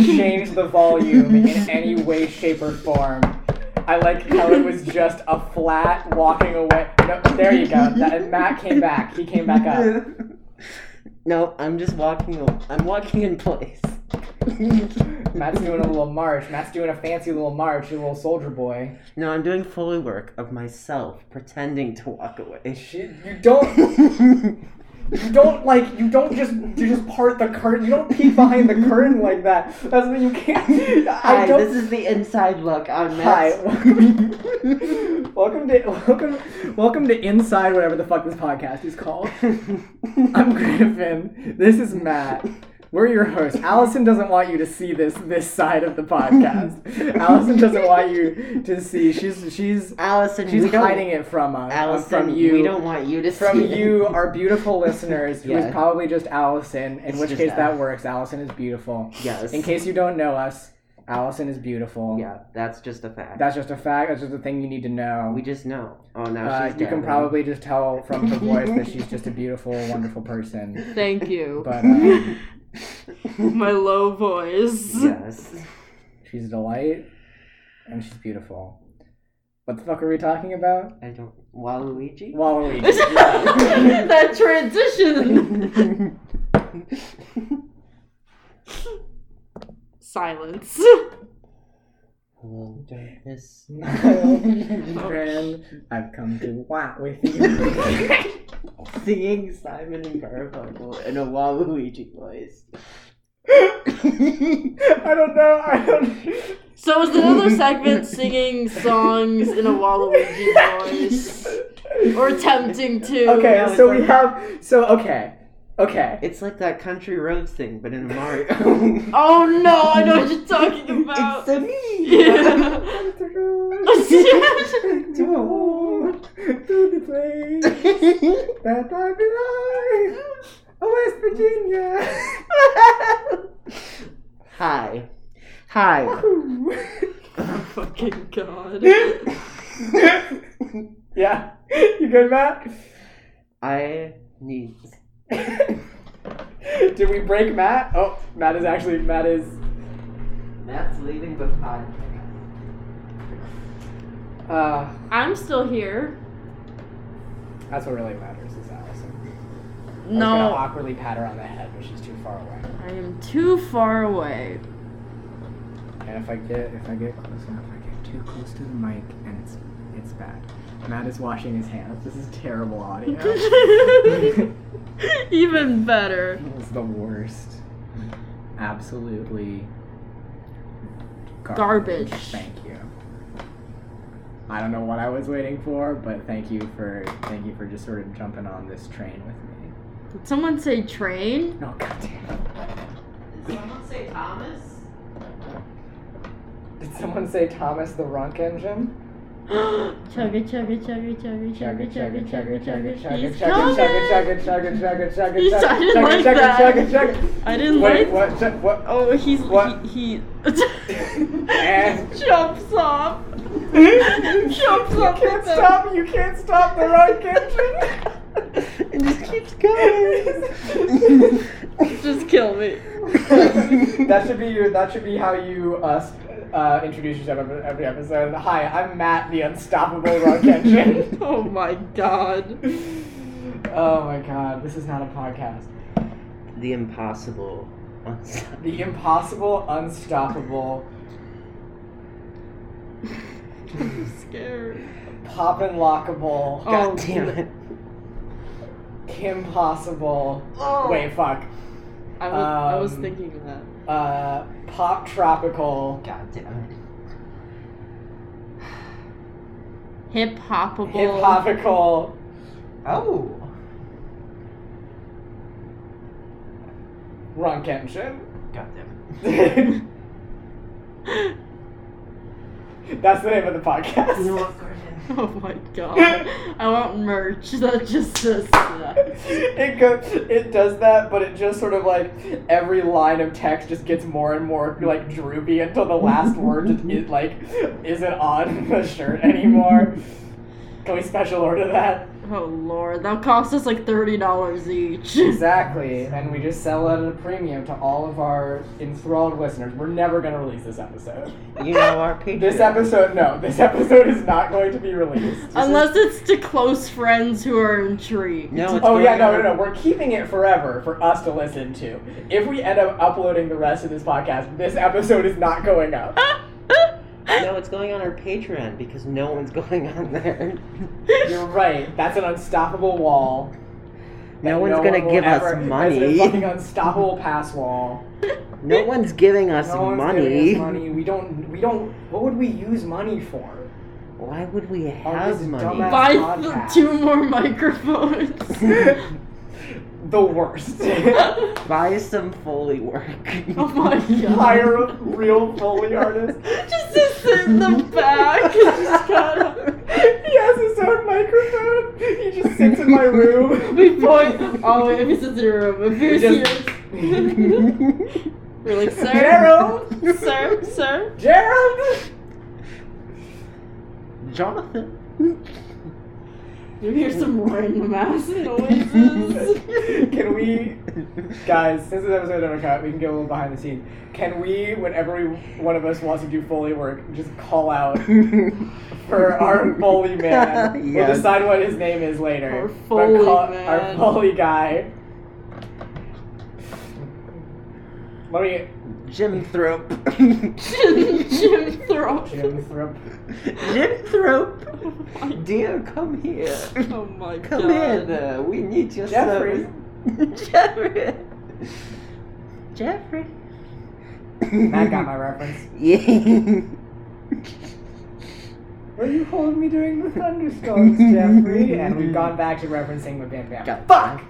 S1: change the volume in any way, shape, or form. I like how it was just a flat walking away. No, there you go. That, and Matt came back. He came back up.
S3: No, I'm just walking. a- I'm walking in place.
S1: Matt's doing a little march. Matt's doing a fancy little march. A little soldier boy.
S3: No, I'm doing Foley work of myself pretending to walk away.
S1: Shit, you don't. You don't like you don't just you just part the curtain. You don't peek behind the curtain like that. That's what you can't. I
S3: Hi,
S1: don't.
S3: this is the inside look on
S1: Hi,
S3: Matt.
S1: welcome to welcome welcome to inside whatever the fuck this podcast is called. I'm Griffin. This is Matt. We're your hosts. Allison doesn't want you to see this this side of the podcast. Allison doesn't want you to see. She's she's
S3: Allison,
S1: she's
S3: we don't,
S1: hiding it from us.
S3: Allison,
S1: from you.
S3: we don't want you to
S1: from
S3: see it.
S1: you, our beautiful listeners, who
S3: Yeah.
S1: is probably just Allison, in
S3: It's
S1: which
S3: just
S1: case that
S3: Al-
S1: works. Allison is beautiful.
S3: Yes.
S1: In case you don't know us, Allison is beautiful.
S3: Yeah, that's just a fact.
S1: That's just a fact. That's just a thing you need to know.
S3: we just know. Oh, now
S1: uh,
S3: she's
S1: you can
S3: dabbing.
S1: probably just tell from her voice that she's just a beautiful, wonderful person.
S2: Thank you.
S1: But um,
S2: My low voice.
S3: Yes.
S1: she's a delight, and she's beautiful. What the fuck are we talking about?
S3: I don't. Waluigi?
S1: Waluigi.
S2: that transition. Silence.
S3: Hello, darkness.
S1: Friend, I've come to wow with you.
S3: Singing Simon and Garfunkel in a Waluigi voice.
S1: I don't know. I don't.
S2: So is another segment singing songs in a Waluigi voice, or attempting to?
S1: Okay,
S3: No,
S1: so we
S3: it's like-
S1: have. So okay, okay.
S3: It's like that country roads thing, but in a Mario.
S2: Oh no! I know what you're talking
S3: it's
S2: about.
S3: a me.
S2: Yeah.
S1: To a home, to the place that I belong, Oh, West
S3: Hi. Hi.
S1: Virginia.
S2: Fucking god.
S1: yeah, you good, Matt?
S3: I need.
S1: Did we break Matt? Oh, Matt is actually Matt is.
S3: Matt's leaving the podcast.
S1: Uh,
S2: I'm still here.
S1: that's what really matters is Allison. I was gonna
S2: No,
S1: awkwardly pat her on the head, but she's too far away.
S2: I am too far away.
S1: And if I get if I get close enough, I get too close to the mic, and it's it's bad. Matt is washing his hands. This is terrible audio.
S2: Even better.
S1: It's the worst. Absolutely
S2: Garbage.
S1: Thank you. I don't know what I was waiting for, but thank you for thank you for just sort of jumping on this train with me.
S2: Did someone say train?
S1: Oh goddamn!
S4: Did someone say Thomas?
S1: Did someone say Thomas the Runk Engine?
S2: chugga chugga chugga chugga
S1: Chugga
S2: chugga
S1: chugga chugga chugga
S2: chugga
S1: chugga
S2: He's
S1: chugga chugga chugga chugga chugga chugga chugga chugga
S2: coming. He sounded like
S1: chugga
S2: that.
S1: chugga chugga.
S2: I didn't
S1: Wait,
S2: like.
S1: what? Ch- What?
S2: Oh, he's
S1: What? Eh.
S2: he. he
S1: And-
S2: jumps off. jumps
S1: you
S2: off.
S1: can't
S2: with the-
S1: stop! You can't stop the Runk Engine.
S3: It just keeps going.
S2: Just kill me.
S1: that should be your. That should be how you uh, s- uh, introduce yourself every, every episode. Hi, I'm Matt, the unstoppable rock engine.
S2: Oh my god.
S1: oh my god, this is not a podcast.
S3: the impossible.
S1: The impossible, unstoppable,
S2: I'm scared.
S1: pop and lockable,
S3: God
S2: Oh,
S3: damn it.
S1: Kim possible. Wait, fuck.
S2: I was, I was
S1: Um,
S2: thinking of that.
S1: Uh, pop tropical,
S3: God damn it.
S2: Hip hoppable.
S1: hip hopical.
S3: Oh.
S1: Runk engine.
S3: God damn
S1: That's the name of the podcast.
S3: it. Gordon.
S2: Oh my god. I want merch that just says that.
S1: it goes, it does that, but it just sort of like every line of text just gets more and more like droopy until the last word just is like isn't on the shirt anymore. Can we special order that?
S2: Oh lord, that cost us like $30 each.
S1: Exactly, and we just sell it at a premium to all of our enthralled listeners. We're never gonna release this episode.
S3: You know our Patreon.
S1: This episode, no, this episode is not going to be released. This is-
S2: Unless it's to close friends who are intrigued.
S3: No, it's
S1: Oh yeah,
S3: going
S1: no, no,
S3: on-
S1: no. We're keeping it forever for us to listen to. If we end up uploading the rest of this podcast, this episode is not going up.
S3: No, it's going on our Patreon because no one's going on there.
S1: You're right. That's an unstoppable wall. that
S3: No one's gonna
S1: one will
S3: give us
S1: ever- It's a
S3: money.
S1: fucking unstoppable pass wall.
S3: No one's giving us
S1: No one's
S3: money.
S1: giving us money. We don't. We don't. What would we use money for?
S3: Why would we
S1: this
S3: have
S1: is
S3: money?
S1: dumbass-
S2: Buy
S1: Podcast.
S2: th- two more microphones.
S1: the worst.
S2: oh
S3: Buy some Foley work.
S2: my god.
S1: Hire a real Foley artist.
S2: Just to sit in the back. Just gotta.
S1: He has his own microphone. He just sits in my room.
S2: We point. Oh, wait, if he sits in your room, if
S1: He
S2: you're
S1: just-
S2: serious. We're like, sir.
S1: Gerald!
S2: Sir, sir.
S1: Gerald!
S3: Jonathan.
S2: You hear some random ass noises.
S1: Can we, guys, since this episode never cut, we can get a little behind the scenes. Can we, when every one of us wants to do Foley work, just call out for our Foley man? We'll
S3: Yes.
S1: decide what his name is later.
S2: Our
S1: But
S2: Foley
S1: call- Our
S2: man.
S1: Foley guy. Let me.
S3: Jim Thrope.
S2: Jim, Jim Thrope.
S1: Jim Thrupp.
S3: Jim Thrope. Dear, come here.
S2: Oh my
S3: Come
S2: god.
S3: in. Uh, we need your
S1: Jeffrey.
S3: service. Jeffrey. Jeffrey.
S1: Matt got my reference.
S3: Yeah.
S1: Were you holding me during the thunderstorms, Jeffrey? And we've gone back to referencing the Bam Bam.
S3: God, fuck!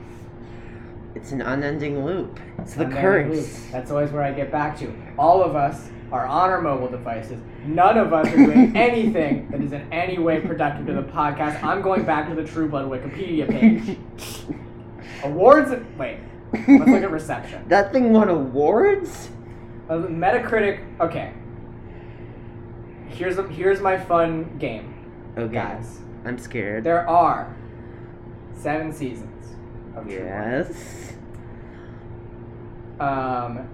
S3: It's an unending loop. It's the
S1: And then
S3: curse.
S1: lose. That's always where I get back to. All of us are on our mobile devices. None of us are doing anything that is in any way productive to the podcast. I'm going back to the True Blood Wikipedia page. Awards. Wait, let's look at reception.
S3: that thing won awards?
S1: Uh, Metacritic. Okay. Here's a, here's my fun game,
S3: Okay.
S1: guys.
S3: I'm scared.
S1: There are seven seasons of True Blood.
S3: Yes.
S1: Um,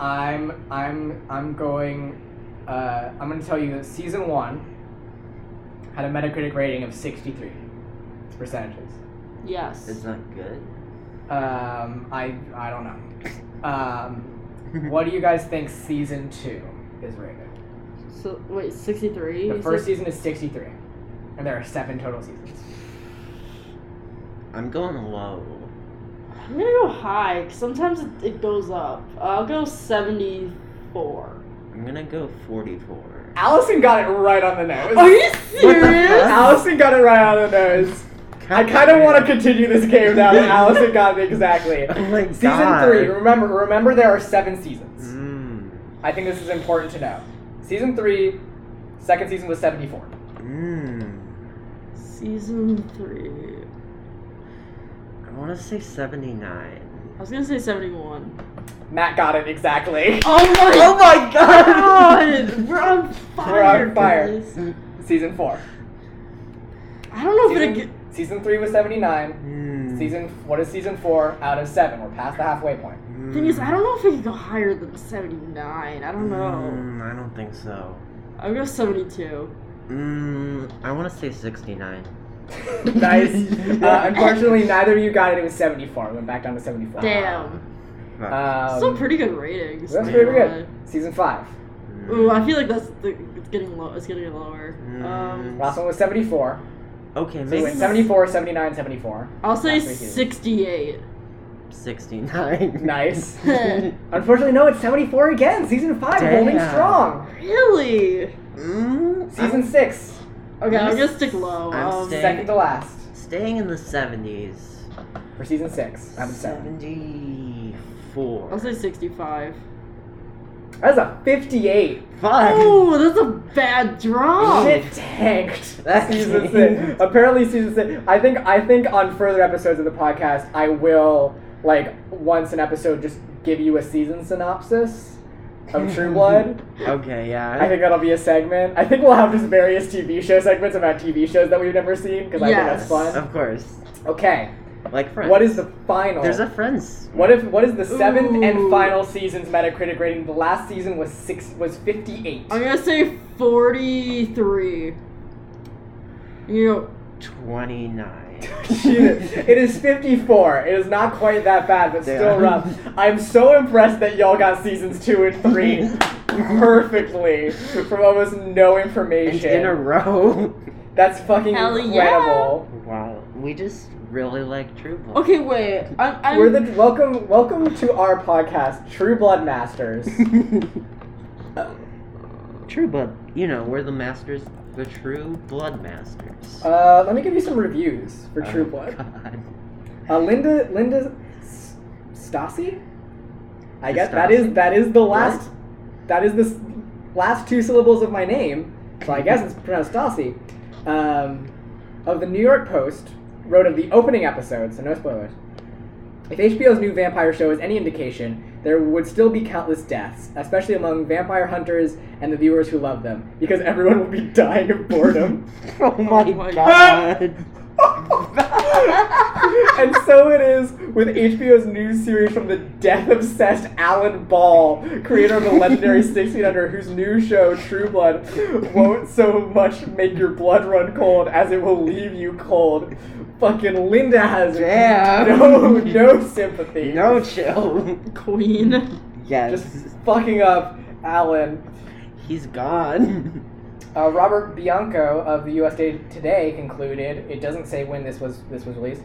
S1: I'm I'm I'm going. Uh, I'm going to tell you that season one had a Metacritic rating of 63. It's percentages.
S2: Yes.
S3: It's not good.
S1: Um, I I don't know. Um, what do you guys think season two is rated?
S2: So wait, sixty three.
S1: The first season is 63, and there are seven total seasons.
S3: I'm going low.
S2: I'm gonna go high. 'cause sometimes it, it goes up. I'll go seventy four.
S3: I'm gonna go 44.
S1: Allison got it right on the nose.
S2: Are you serious?
S3: fuck?
S1: Allison got it right on the nose. I kind of want to continue this game now that Allison got it exactly.
S3: Oh my god.
S1: Season three. Mm. Remember, remember there are seven seasons.
S2: Mm-hmm.
S3: Mmm.
S1: I think this is important to know. Season three, second season was 74.
S3: Mmm.
S2: Season three.
S3: I want to say 79.
S2: I was gonna say seventy one.
S1: Matt got it exactly.
S2: Oh my
S3: Oh my god!
S2: god! We're on fire.
S1: We're on fire.
S2: guys.
S1: Season four.
S2: I don't know if it.
S1: Season, season three was 79.
S2: Mm-hmm.
S3: Mm.
S1: Season what is season four out of seven? We're past the halfway point.
S3: Mm.
S2: Thing is, I don't know if it could go higher than 79. I don't
S1: Hmm.
S2: know.
S3: Mm, I don't think so.
S2: I'll go 72.
S3: Mm, I want to say 69.
S1: nice. Uh, unfortunately, neither of you got it. It was 74. It went back down to 74.
S2: Damn.
S3: Fuck.
S1: Ah. Um,
S2: Still pretty good ratings.
S1: That's
S2: to
S1: pretty
S2: be
S1: good. Season five.
S2: honest.
S3: Mm.
S2: Ooh, I feel like that's the, it's getting low. It's getting lower.
S1: Mm.
S2: Um,
S1: Last one was 74.
S3: okay,
S1: So we
S3: maybe
S1: went 74, 79, 74.
S2: I'll say
S1: Last week it was-
S2: 68.
S3: 69.
S1: Nice.
S3: mm,
S1: Unfortunately, no, it's 74 again. Season five, holding
S3: Damn.
S1: strong.
S2: Really? Okay,
S1: Season six,
S2: I'm
S3: I'm
S2: gonna stick low.
S3: I'm
S2: um,
S3: staying-
S1: second to last
S3: I'm staying in the 70s.
S1: for season six. Out of seven.
S3: 74.
S2: I'll say 65.
S1: That's a 58.
S3: Fuck!
S2: Oh, that's a bad drop.
S1: Ah. Shit tanked.
S3: That
S1: season six.
S3: tanked.
S1: Apparently, season six. I think. I think on further episodes of the podcast, I will like once an episode just give you a season synopsis of True Blood.
S3: Okay, yeah.
S1: I think that'll be a segment. I think we'll have just various TV show segments about TV shows that we've never seen because I
S2: Yes.
S1: think that's fun.
S3: Of course.
S1: Okay.
S3: Like Friends.
S1: What is the final?
S3: There's a Friends.
S1: What if what is the seventh
S2: Ooh.
S1: and final season's Metacritic rating? The last season was six was fifty eight.
S2: I'm gonna say 43. You know,
S3: 29.
S1: it is fifty four. It is not quite that bad, but
S3: They
S1: still
S3: are.
S1: rough. I'm so impressed that y'all got seasons two and three perfectly from almost no
S3: And in a
S1: information.
S3: row.
S1: That's fucking
S2: Hell yeah.
S1: incredible.
S3: wow. We just really like True Blood.
S2: okay, wait. I'm, I'm,
S1: We're the welcome welcome to our podcast, True Blood Masters.
S3: True Blood. You know, we're the masters, the True Blood masters.
S1: Uh, let me give you some reviews for True Blood.
S3: Oh God.
S1: Uh, Linda Linda S- Stasi. I guess that is that is the last that is the s- last two syllables of my name, so I guess it's pronounced Stasi. Um, of the New York Post wrote of the opening episode, so no spoilers. If HBO's new vampire show is any indication, there would still be countless deaths, especially among vampire hunters and the viewers who love them, because everyone will be dying of boredom.
S3: Oh my,
S2: my
S3: god.
S1: and so it is with HBO's new series from the death obsessed Alan Ball, creator of the legendary Six Feet Under, whose new show, True Blood, won't so much make your blood run cold as it will leave you cold. Fucking Linda has
S3: Damn.
S1: no no sympathy.
S3: No chill.
S2: queen.
S3: Yes.
S1: Just fucking up Alan.
S3: He's gone.
S1: Uh, Robert Bianco of the USA Today concluded, it doesn't say when this was this was released,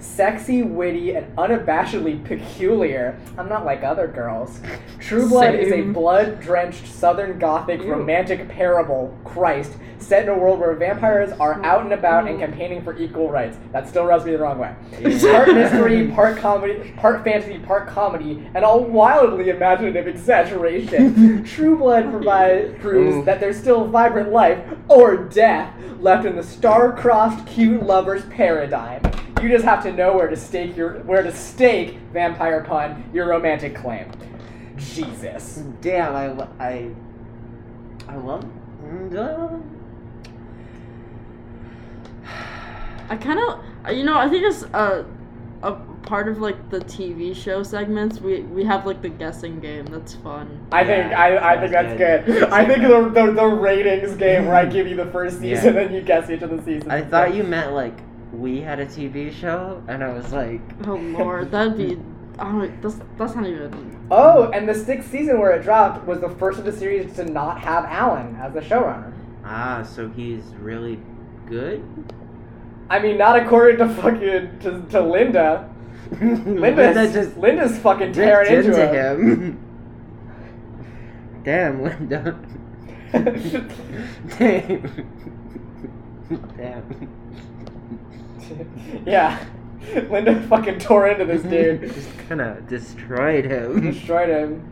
S1: sexy, witty, and unabashedly peculiar. I'm not like other girls. True Blood is a
S2: Same.
S1: blood-drenched Southern Gothic
S2: Ew.
S1: romantic parable, Christ, set in a world where vampires are out and about and campaigning for equal rights. That still rubs me the wrong way. Part mystery, part comedy, part fantasy, part comedy, and all wildly imaginative exaggeration. True Blood provides proves
S3: Ooh.
S1: that there's still vibrant life or death left in the star-crossed cute lovers paradigm. You just have to know where to stake your where to stake vampire pun your romantic claim. Jesus.
S3: Damn, I, lo- I, I love. Mm, do I love him?
S2: I kind of, you know, I think it's a, a part of like the TV show segments, we we have like the guessing game. That's fun.
S1: I think
S3: Yeah,
S1: I, I think
S3: that's
S1: that's
S3: good.
S1: good. I think the, the the ratings game where I give you the first
S3: Yeah.
S1: season and you guess each of the seasons.
S3: I thought you meant like we had a TV show, and I was like,
S2: Oh lord, that'd be. I don't. That's that's not even.
S1: Oh, and the sixth season where it dropped was the first of the series to not have Alan as the showrunner.
S3: ah, so he's really good.
S1: I mean, not according to fucking to, to Linda. Linda's
S3: Linda just
S1: Linda's fucking
S3: dipped
S1: tearing
S3: into,
S1: into, him.
S3: him. Damn, Linda. Damn. Damn.
S1: yeah, Linda fucking tore into this dude,
S3: just kind of destroyed him.
S1: destroyed him.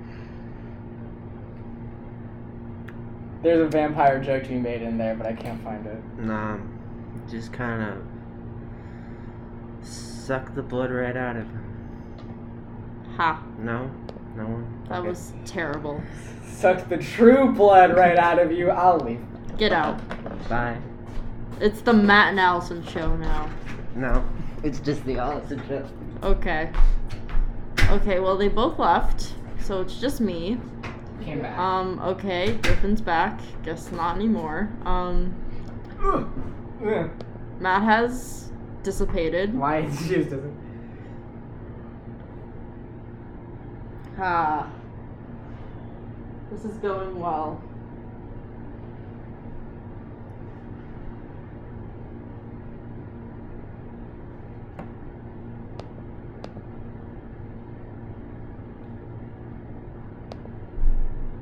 S1: There's a vampire joke to be made in there, but I can't find it.
S3: Nah, just kind of sucked the blood right out of him.
S2: Ha!
S3: No, no one.
S2: That
S3: Okay.
S2: was terrible.
S1: Sucked the true blood right out of you. I'll leave.
S2: Get out.
S3: Bye.
S2: It's the Matt and Allison show now.
S3: No, it's just the opposite show.
S2: Okay. Okay. Well, they both left, so it's just me.
S1: Came back.
S2: Um. Okay. Griffin's back. Guess not anymore. Um. Matt has dissipated.
S1: Why is she doesn't?
S2: Ah. This is going well.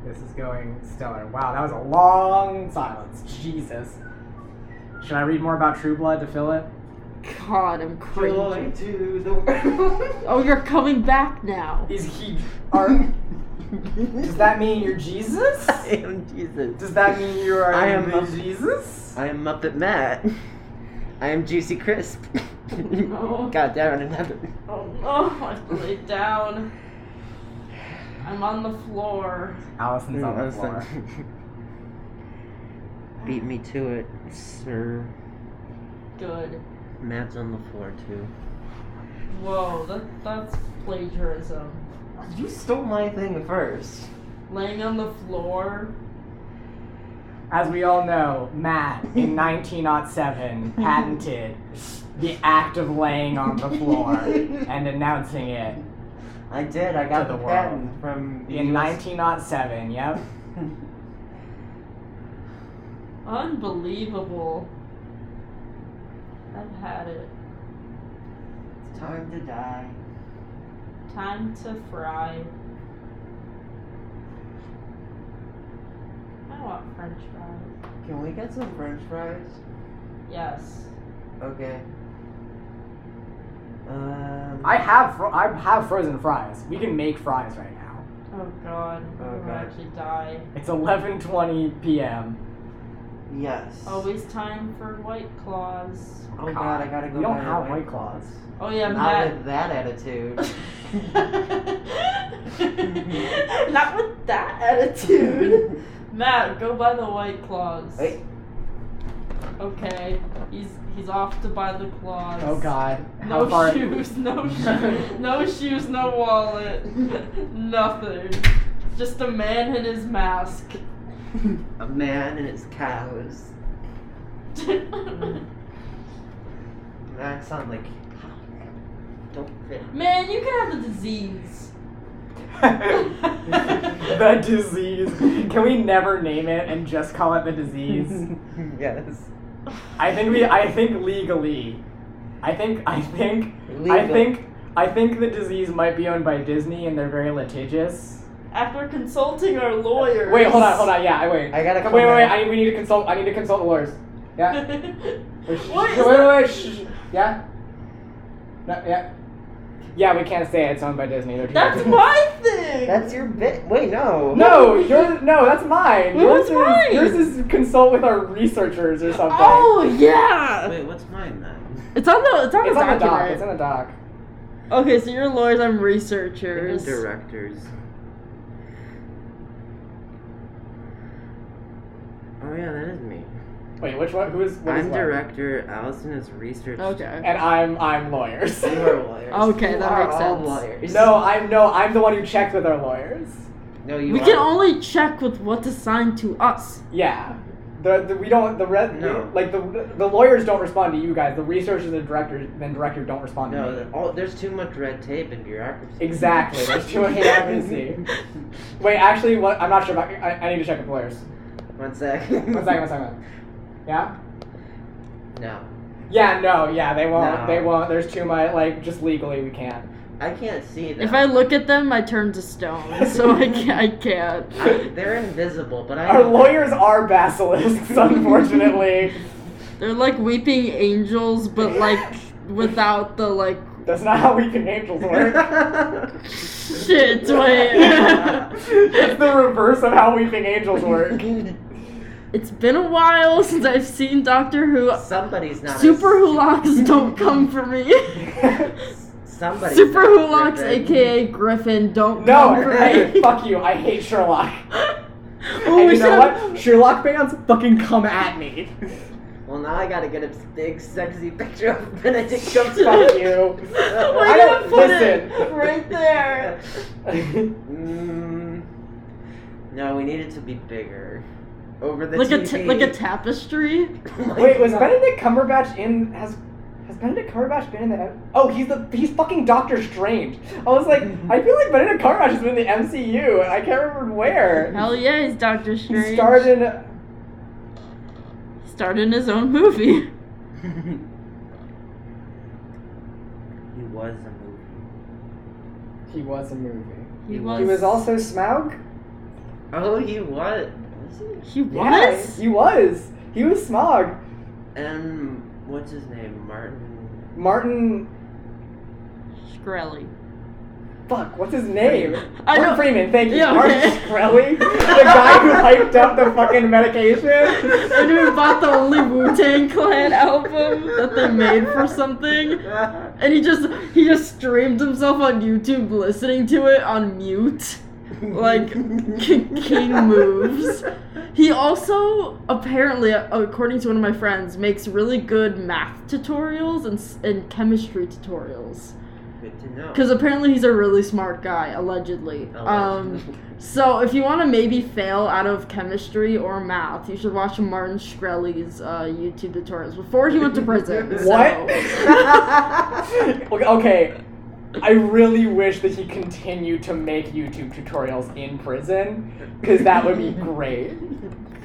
S1: This is going stellar. Wow, that was a long silence. Jesus. Should I read more about True Blood to fill it?
S2: God, I'm cringing.
S3: to the world.
S2: Oh, you're coming back now.
S1: Is he? Are, does that mean you're Jesus?
S3: I am Jesus.
S1: Does that mean you are?
S3: I am
S1: the
S3: a-
S1: Jesus.
S3: I am Muppet Matt. I am Juicy Crisp.
S2: No.
S3: God damn it, another.
S2: Oh no, I've laid down. I'm on the floor.
S1: Allison's on the floor.
S3: Beat me to it, sir.
S2: Good.
S3: Matt's on the floor too.
S2: Whoa, that, that's plagiarism.
S3: You stole my thing first.
S2: Laying on the floor.
S1: As we all know, Matt in 1907 patented the act of laying on the floor and announcing it
S3: I did. I got
S1: To
S3: the,
S1: the world.
S3: patent from the
S1: in
S3: US
S1: 1907. Yep.
S2: Unbelievable. I've had it.
S3: It's time to die.
S2: Time to fry. I want french fries.
S3: Can we get some French fries?
S2: Yes.
S3: Okay. Um.
S1: I have fro- I have frozen fries. We can make fries right now.
S2: Oh god.
S3: Oh,
S2: I'm
S3: God.
S2: gonna actually die.
S1: It's 11:20 p.m.
S3: Yes.
S2: Always time for white claws.
S3: Oh God, I gotta go.
S1: You don't
S3: buy
S1: have
S3: a
S1: White Claws.
S2: Oh yeah,
S3: Not
S2: Matt.
S3: with that attitude.
S2: Not with that attitude. Matt, go buy the white claws.
S3: Wait.
S2: Okay. He's he's off to buy the claws.
S1: Oh God. How
S2: No
S1: far-
S2: shoes, no shoes, no shoes, no wallet, nothing. Just a man in his mask.
S3: A man and his cows. That sounds like. Don't fit.
S2: man, you could have a disease.
S1: the disease. Can we never name it and just call it the disease?
S3: yes.
S1: I think we. I think legally. I think. I think. I think. I think the disease might be owned by Disney, and they're very litigious.
S2: After consulting our lawyers.
S1: Wait, hold on, hold on. Yeah, I wait.
S3: I gotta
S1: Wait,
S3: come
S1: wait, wait.
S3: back.
S1: I, we need to consult. I need to consult the lawyers. Yeah.
S2: what
S1: Wait,
S2: is
S1: wait,
S2: that?
S1: wait, shh. Yeah. No, yeah. Yeah, we can't say it's owned by Disney. They're too
S2: That's
S1: big.
S2: my thing.
S3: That's your bit. Wait, no.
S1: No, yours. No, that's mine.
S2: Well,
S1: yours
S2: that's
S1: is
S2: mine.
S1: yours is consult with our researchers or something.
S2: Oh yeah.
S3: Wait, what's mine then?
S2: It's on the it's on
S1: it's
S2: the
S1: on the doc.
S2: document.
S1: It's on the doc.
S2: okay, so you're lawyers, I'm
S3: Thinking
S2: researchers.
S3: directors. Oh yeah, that is me.
S1: Wait, which one? Who is? What is
S3: I'm
S1: what?
S3: director. Allison is research.
S2: Okay.
S1: And I'm I'm lawyers.
S3: You are lawyers.
S2: Okay,
S3: You
S2: that
S3: are
S2: makes
S3: all
S2: sense.
S3: lawyers.
S1: no, I'm no, I'm the one who checked with our lawyers.
S3: no, you.
S2: We
S3: are.
S2: can only check with what's assigned to us.
S1: Yeah. The, the, we don't the re,
S3: No.
S1: like the the lawyers don't respond to you guys. The researchers and directors and director don't respond to
S3: No,
S1: me.
S3: the- all, there's too much red tape and bureaucracy.
S1: Exactly. There's too much bureaucracy. Wait, actually, what? I'm not sure. About, I, I need to check with lawyers.
S3: One sec.
S1: One second. One second. Yeah.
S3: No,
S1: Yeah. No. Yeah. They won't.
S3: No.
S1: They won't. There's too much. Like just legally, we can't.
S3: I can't see them.
S2: If I look at them, I turn to stone, so I can't. I can't.
S3: I- they're invisible, but I.
S1: Our lawyers are basilisks, unfortunately.
S2: They're like weeping angels, but like without the like
S1: That's not how we can angels work.
S2: shit. Wait.
S1: it's the reverse of how weeping angels work.
S2: it's been a while since I've seen Doctor Who.
S3: Somebody's not.
S2: Super
S3: as,
S2: Huloks don't come for me.
S3: Somebody's
S2: Super
S3: not
S2: Huloks,
S3: as driven.
S2: aka Griffin, don't
S1: No,
S2: come for
S1: hey,
S2: me.
S1: fuck you. I hate Sherlock.
S2: Oh,
S1: and
S2: we
S1: you know
S2: should have-
S1: what? Sherlock fans fucking come at me.
S3: Well, now I gotta get a big, sexy picture of Benedict
S1: Fuck
S3: Cumberbatch.
S1: you.
S2: We're
S1: I
S2: gonna
S1: don't-
S2: put it
S1: listen.
S2: right there.
S3: Mm, no, we need it to be bigger. Over the
S2: Like a,
S3: TV.
S1: E
S2: t- like a tapestry.
S3: Oh my
S1: Wait, was
S3: God.
S1: Benedict Cumberbatch in? Has has Benedict Cumberbatch been in the? M- Oh, he's the he's fucking Doctor Strange. I was like, I feel like Benedict Cumberbatch has been in the MCU, and I can't remember where.
S2: Hell yeah, he's Doctor Strange.
S1: He starred in.
S2: Starred in his own movie.
S3: he was a movie.
S1: He was a movie.
S2: He
S3: He
S2: was.
S1: He was also Smaug.
S3: Oh, he was. Was he?
S2: He
S1: Yeah,
S2: was.
S1: he was. He was Smog.
S3: And what's his name? Martin.
S1: Martin.
S2: Shkreli.
S1: Fuck, what's his name?
S2: I
S1: Martin
S2: know-
S1: Freeman, thank you.
S2: Yeah,
S1: Martin
S2: okay.
S1: Shkreli? The guy who hyped up the fucking medication?
S2: and we bought the only Wu Tang Clan album that they made for something. And he just he just streamed himself on YouTube listening to it on mute. Like king moves. He also apparently, according to one of my friends, makes really good math tutorials and s- and chemistry tutorials.
S3: Good to know.
S2: Because apparently he's a really smart guy, allegedly. Um, so if you want to maybe fail out of chemistry or math, you should watch Martin Shkreli's uh, YouTube tutorials before he went to prison. so-
S1: What? okay, I really wish that he continued to make YouTube tutorials in prison, because that would be great.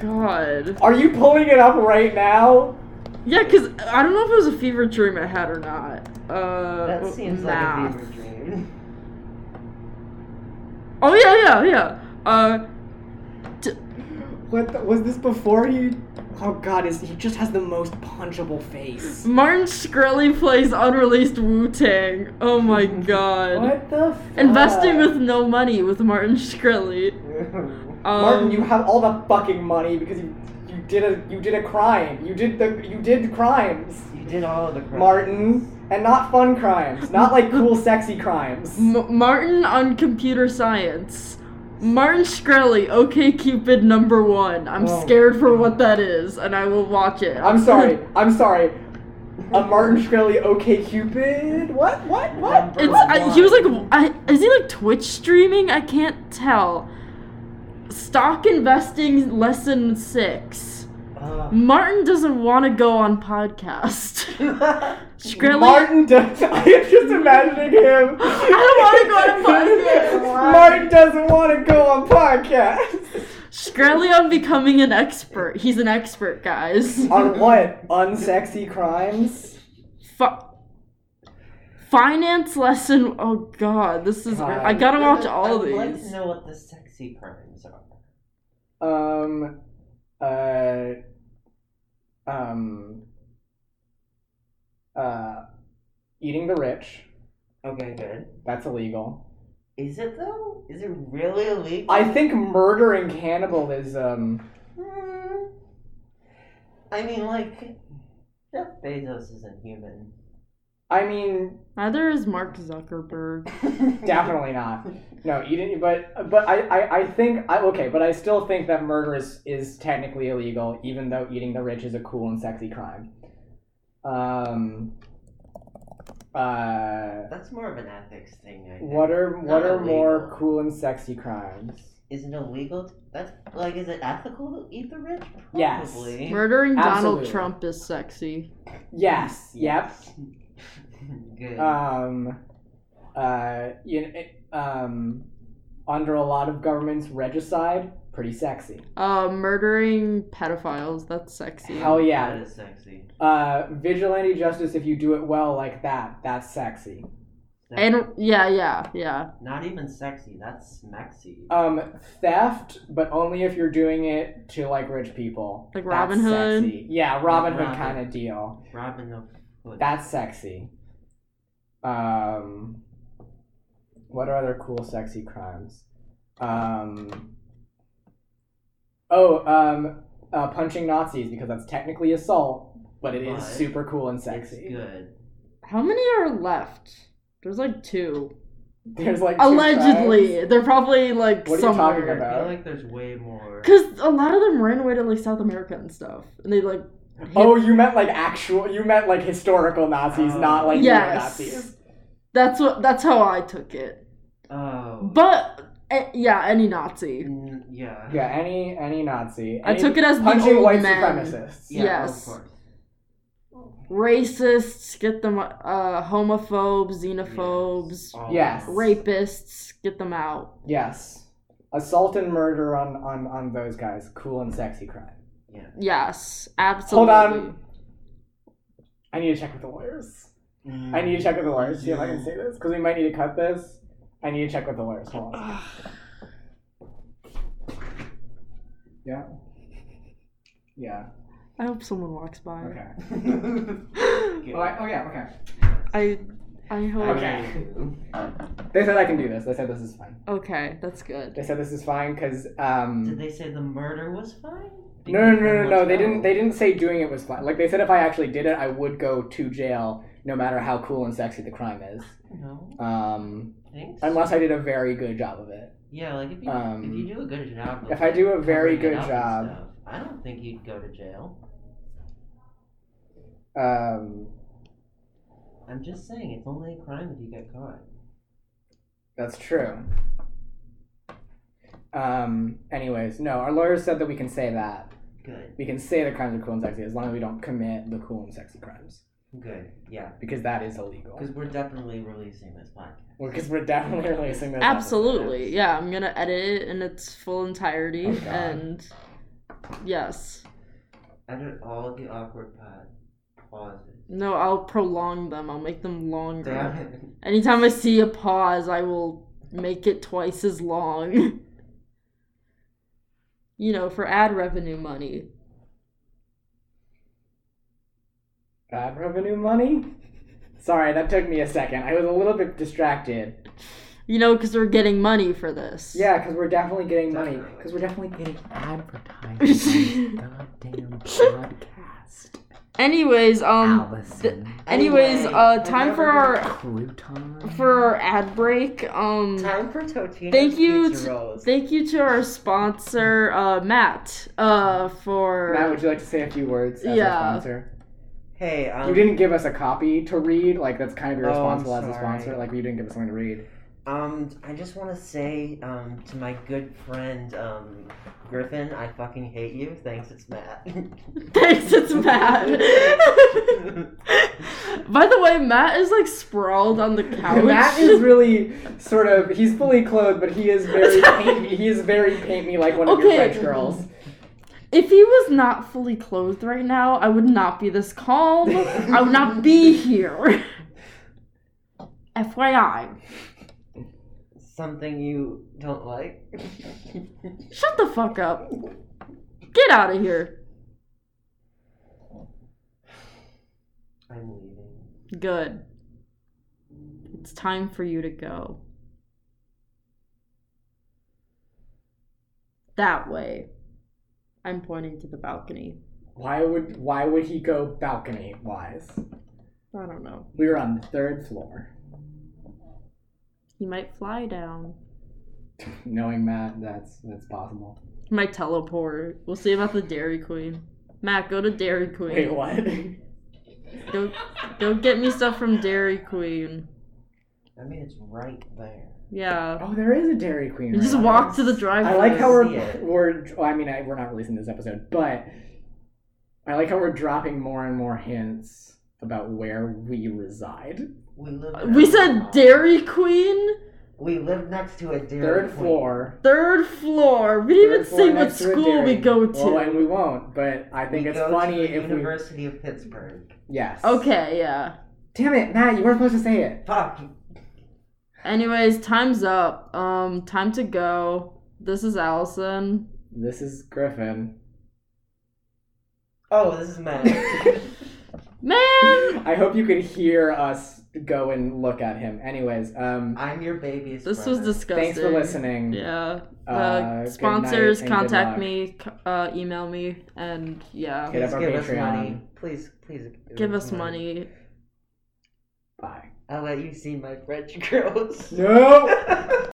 S2: God.
S1: Are you pulling it up right now?
S2: Yeah, because I don't know if it was a fever dream I had or not. Uh,
S3: that seems
S2: math.
S3: like a fever dream.
S2: Oh yeah, yeah, yeah. Uh,
S1: What the, was this before he? Oh god, is he just has the most punchable face?
S2: Martin Shkreli plays unreleased Wu Tang. Oh my God.
S1: What Uh. the? Fuck?
S2: Investing with no money with Martin Shkreli. Um,
S1: Martin, you have all the fucking money because you you did a you did a crime. You did the you did crimes,
S3: you did all of the. crimes.
S1: Martin, and not fun crimes, not like cool sexy crimes.
S2: M- Martin on computer science. Martin Shkreli, OK Cupid number one. I'm
S1: Whoa.
S2: scared for what that is, and I will watch it.
S1: I'm sorry. I'm sorry. A Martin Shkreli OK Cupid? What? What? What?
S2: It's uh, I, he was like, I, is he like Twitch streaming? I can't tell. Stock investing lesson six.
S3: Ugh.
S2: Martin doesn't want to go on podcast.
S3: Uh,
S2: Shkreli,
S1: Martin does. I'm just imagining him.
S2: I don't wanna go on a podcast.
S1: Martin doesn't want to go on podcast.
S2: Shkreli on becoming an expert. He's an expert, guys.
S1: on what? Unsexy crimes?
S2: Fi- finance lesson. Oh god, this is.
S1: God.
S2: I gotta watch all
S3: I'd
S2: these.
S3: like to know what the sexy crimes are.
S1: Um. Uh. Um. Uh. Eating the rich.
S3: Okay, good.
S1: That's illegal.
S3: Is it though? Is it really illegal?
S1: I think murdering cannibalism.
S3: Hmm. I mean, like, Jeff Bezos isn't human.
S1: I mean,
S2: Neither is Mark Zuckerberg.
S1: definitely not. No, you didn't. But but I, I, I think I okay. But I still think that murder is is technically illegal, even though eating the rich is a cool and sexy crime. Um. Uh.
S3: That's more of an ethics thing. I think.
S1: What are what
S3: Not
S1: are more
S3: illegal.
S1: cool and sexy crimes?
S3: Is it illegal? To, that's like, is it ethical to eat the rich?
S1: Yes.
S3: Probably.
S2: Murdering Donald
S1: Absolutely.
S2: Trump is sexy.
S1: Yes. Yep.
S3: Good.
S1: um, uh, you know, it- um, under a lot of governments, regicide, pretty sexy.
S2: Uh, murdering pedophiles, that's sexy.
S1: Hell
S3: That
S1: oh, yeah.
S3: is sexy.
S1: Uh, vigilante justice, if you do it well like that, that's sexy.
S3: That-
S2: And yeah, yeah, yeah.
S3: not even sexy. That's smexy.
S1: Um, theft, but only if you're doing it to like rich people.
S2: Like
S1: That's
S2: Robin Hood?
S1: sexy. Yeah, Robin Hood
S3: Robin.
S1: kind of deal.
S3: Robin of Hood.
S1: That's sexy. Um, what are other cool, sexy crimes? Um, oh, um, uh, punching Nazis because that's technically assault, but it is
S3: But
S1: super cool and
S3: It's
S1: sexy.
S3: good.
S2: How many are left? There's like two.
S1: There's like two crimes.
S2: Allegedly, they're probably like
S1: What are you
S2: somewhere.
S1: talking
S3: I
S1: about?
S3: feel like there's way more.
S2: Because a lot of them ran away to like South America and stuff, and they like. hid-
S1: Oh, you meant like actual? You meant like historical Nazis,
S3: Oh.
S1: not like
S2: Yes.
S1: Nazis.
S2: that's what. That's how I took it.
S3: Oh.
S2: But eh, yeah, any Nazi.
S3: Mm, yeah.
S1: Yeah, any any Nazi.
S2: I
S1: Any-
S2: took it as the
S1: punching
S2: old
S1: white
S2: men.
S1: supremacists.
S3: Yeah,
S2: Yes.
S3: Of course.
S2: Racists get them. Uh, homophobes, xenophobes,
S3: All
S1: Yes.
S3: of them.
S2: rapists get them out.
S1: Yes. Assault and murder on, on, on those guys. Cool and sexy crime.
S2: Yes, absolutely.
S1: I need to check with the lawyers.
S3: Mm.
S1: I need to check with the lawyers. See if I can say this. Because we might need to cut this. I need to check with the lawyers. Hold on. Yeah. Yeah.
S2: I hope someone walks by.
S1: Okay.
S3: Good.
S1: Oh, I- oh, yeah, okay.
S2: I. I hope.
S1: Okay. They said I can do this. They said this is fine.
S2: okay that's good.
S1: They said this is fine because um
S3: Did they say the murder was fine?
S1: No, no, no, no,
S3: Because
S1: no.
S3: then
S1: They didn't.
S3: what's
S1: They didn't say doing it was fine. Like they said, if I actually did it, I would go to jail, no matter how cool and sexy the crime is.
S3: else? No,
S1: Um,
S3: thanks.
S1: unless I did a very good job of it.
S3: yeah, like if you
S1: um,
S3: if you do a good job. of,
S1: if I
S3: like,
S1: do a very
S3: covering it
S1: good
S3: up and
S1: job-
S3: stuff, I don't think you'd go to jail.
S1: Um,
S3: I'm just saying, it's only a crime if you get caught.
S1: that's true. Um, anyways, no. Our lawyers said that we can say that.
S3: Good,
S1: We can say the crimes are cool and sexy as long as we don't commit the cool and sexy crimes
S3: good, yeah,
S1: because that is illegal.
S3: because we're definitely releasing this podcast.
S1: Because we're definitely releasing this. episode.
S2: Absolutely. Yeah, I'm gonna edit it in its full entirety
S1: Oh, God.
S2: and yes.
S3: Edit all the awkward pod pauses.
S2: No, I'll prolong them. I'll make them longer.
S3: Damn it.
S2: Anytime I see a pause, I will make it twice as long. you know, for ad revenue money.
S1: Ad revenue money. Sorry, that took me a second. I was a little bit distracted.
S2: You know, because we're getting money for this.
S1: Yeah, because we're definitely getting money.
S3: Definitely. Um,
S1: Because we're definitely getting advertised.
S2: Anyways,
S1: Goddamn podcast.
S2: um.
S1: Allison.
S2: Anyways,
S3: Anyway,
S2: uh, time
S3: another
S2: for our
S1: Crouton.
S2: for our ad break. Um.
S3: Time for Totino's
S2: Thank you
S3: Pizza
S2: to-
S3: Rolls.
S2: Thank you to our sponsor, uh, Matt, uh, for
S1: Matt, would you like to say a few words as
S2: Yeah.
S1: a sponsor?
S3: hey, um,
S1: You didn't give us a copy to read. Like that's kind of
S3: Oh, I'm
S1: irresponsible as a
S3: sorry.
S1: sponsor. Like you didn't give us something to read.
S3: Um, I just want to say, um, to my good friend, um, Griffin, I fucking hate you. Thanks, it's Matt.
S2: Thanks, it's Matt. By the way, Matt is like sprawled on the couch.
S1: Matt is really sort of. He's fully clothed, but he is very paint me. He is very paint me like one of
S2: Okay.
S1: your French girls.
S2: if he was not fully clothed right now, I would not be this calm. I would not be here. FYI.
S3: Something you don't like?
S2: Shut the fuck up. Get out of here.
S3: I'm leaving.
S2: Good. It's time for you to go. That way. I'm pointing to the balcony.
S1: Why would Why would he go balcony wise?
S2: I don't know.
S1: We were on the third floor.
S2: He might fly down.
S1: Knowing Matt, that's that's possible.
S2: He might teleport. We'll see about the Dairy Queen. Matt, go to Dairy Queen.
S1: Wait, what?
S2: Go, go get me stuff from Dairy Queen.
S3: I mean, it's right there.
S2: Yeah.
S1: oh, there is a Dairy Queen.
S2: You just
S1: right?
S2: walk to the driveway.
S1: I like how
S3: See
S1: we're
S3: it.
S1: we're. well, I mean, I, we're not releasing this episode, but I like how we're dropping more and more hints about where we reside.
S3: We live.
S2: We said Dairy Queen?
S3: We live next to a dairy.
S1: Third
S3: Queen.
S1: floor.
S2: Third floor. We
S1: third
S2: didn't even
S1: floor
S2: say what
S1: next to a
S2: school we
S1: dairy.
S2: go to.
S1: Well, and we won't. But I think
S3: we
S1: it's
S3: go
S1: funny
S3: to the
S1: if
S3: University of Pittsburgh.
S1: we. Yes.
S2: okay, yeah.
S1: Damn it, Matt! You weren't supposed to say it.
S3: Fuck.
S2: Anyways, time's up. Um, time to go. This is Allison.
S1: This is Griffin.
S3: Oh, this is Matt.
S2: Man!
S1: I hope you could hear us go and look at him. Anyways, um,
S3: I'm your baby's.
S2: This was
S3: brother.
S2: disgusting.
S1: thanks for listening.
S2: Yeah. Uh,
S1: Uh, good
S2: sponsors,
S1: night and good
S2: contact
S1: luck.
S2: me, c- uh, email me, and yeah.
S1: Hit up
S3: Please
S1: our
S3: give us
S1: Patreon.
S3: money. Please, please
S2: Give us money.
S1: Bye.
S3: I'll let you see my French girls.
S1: No.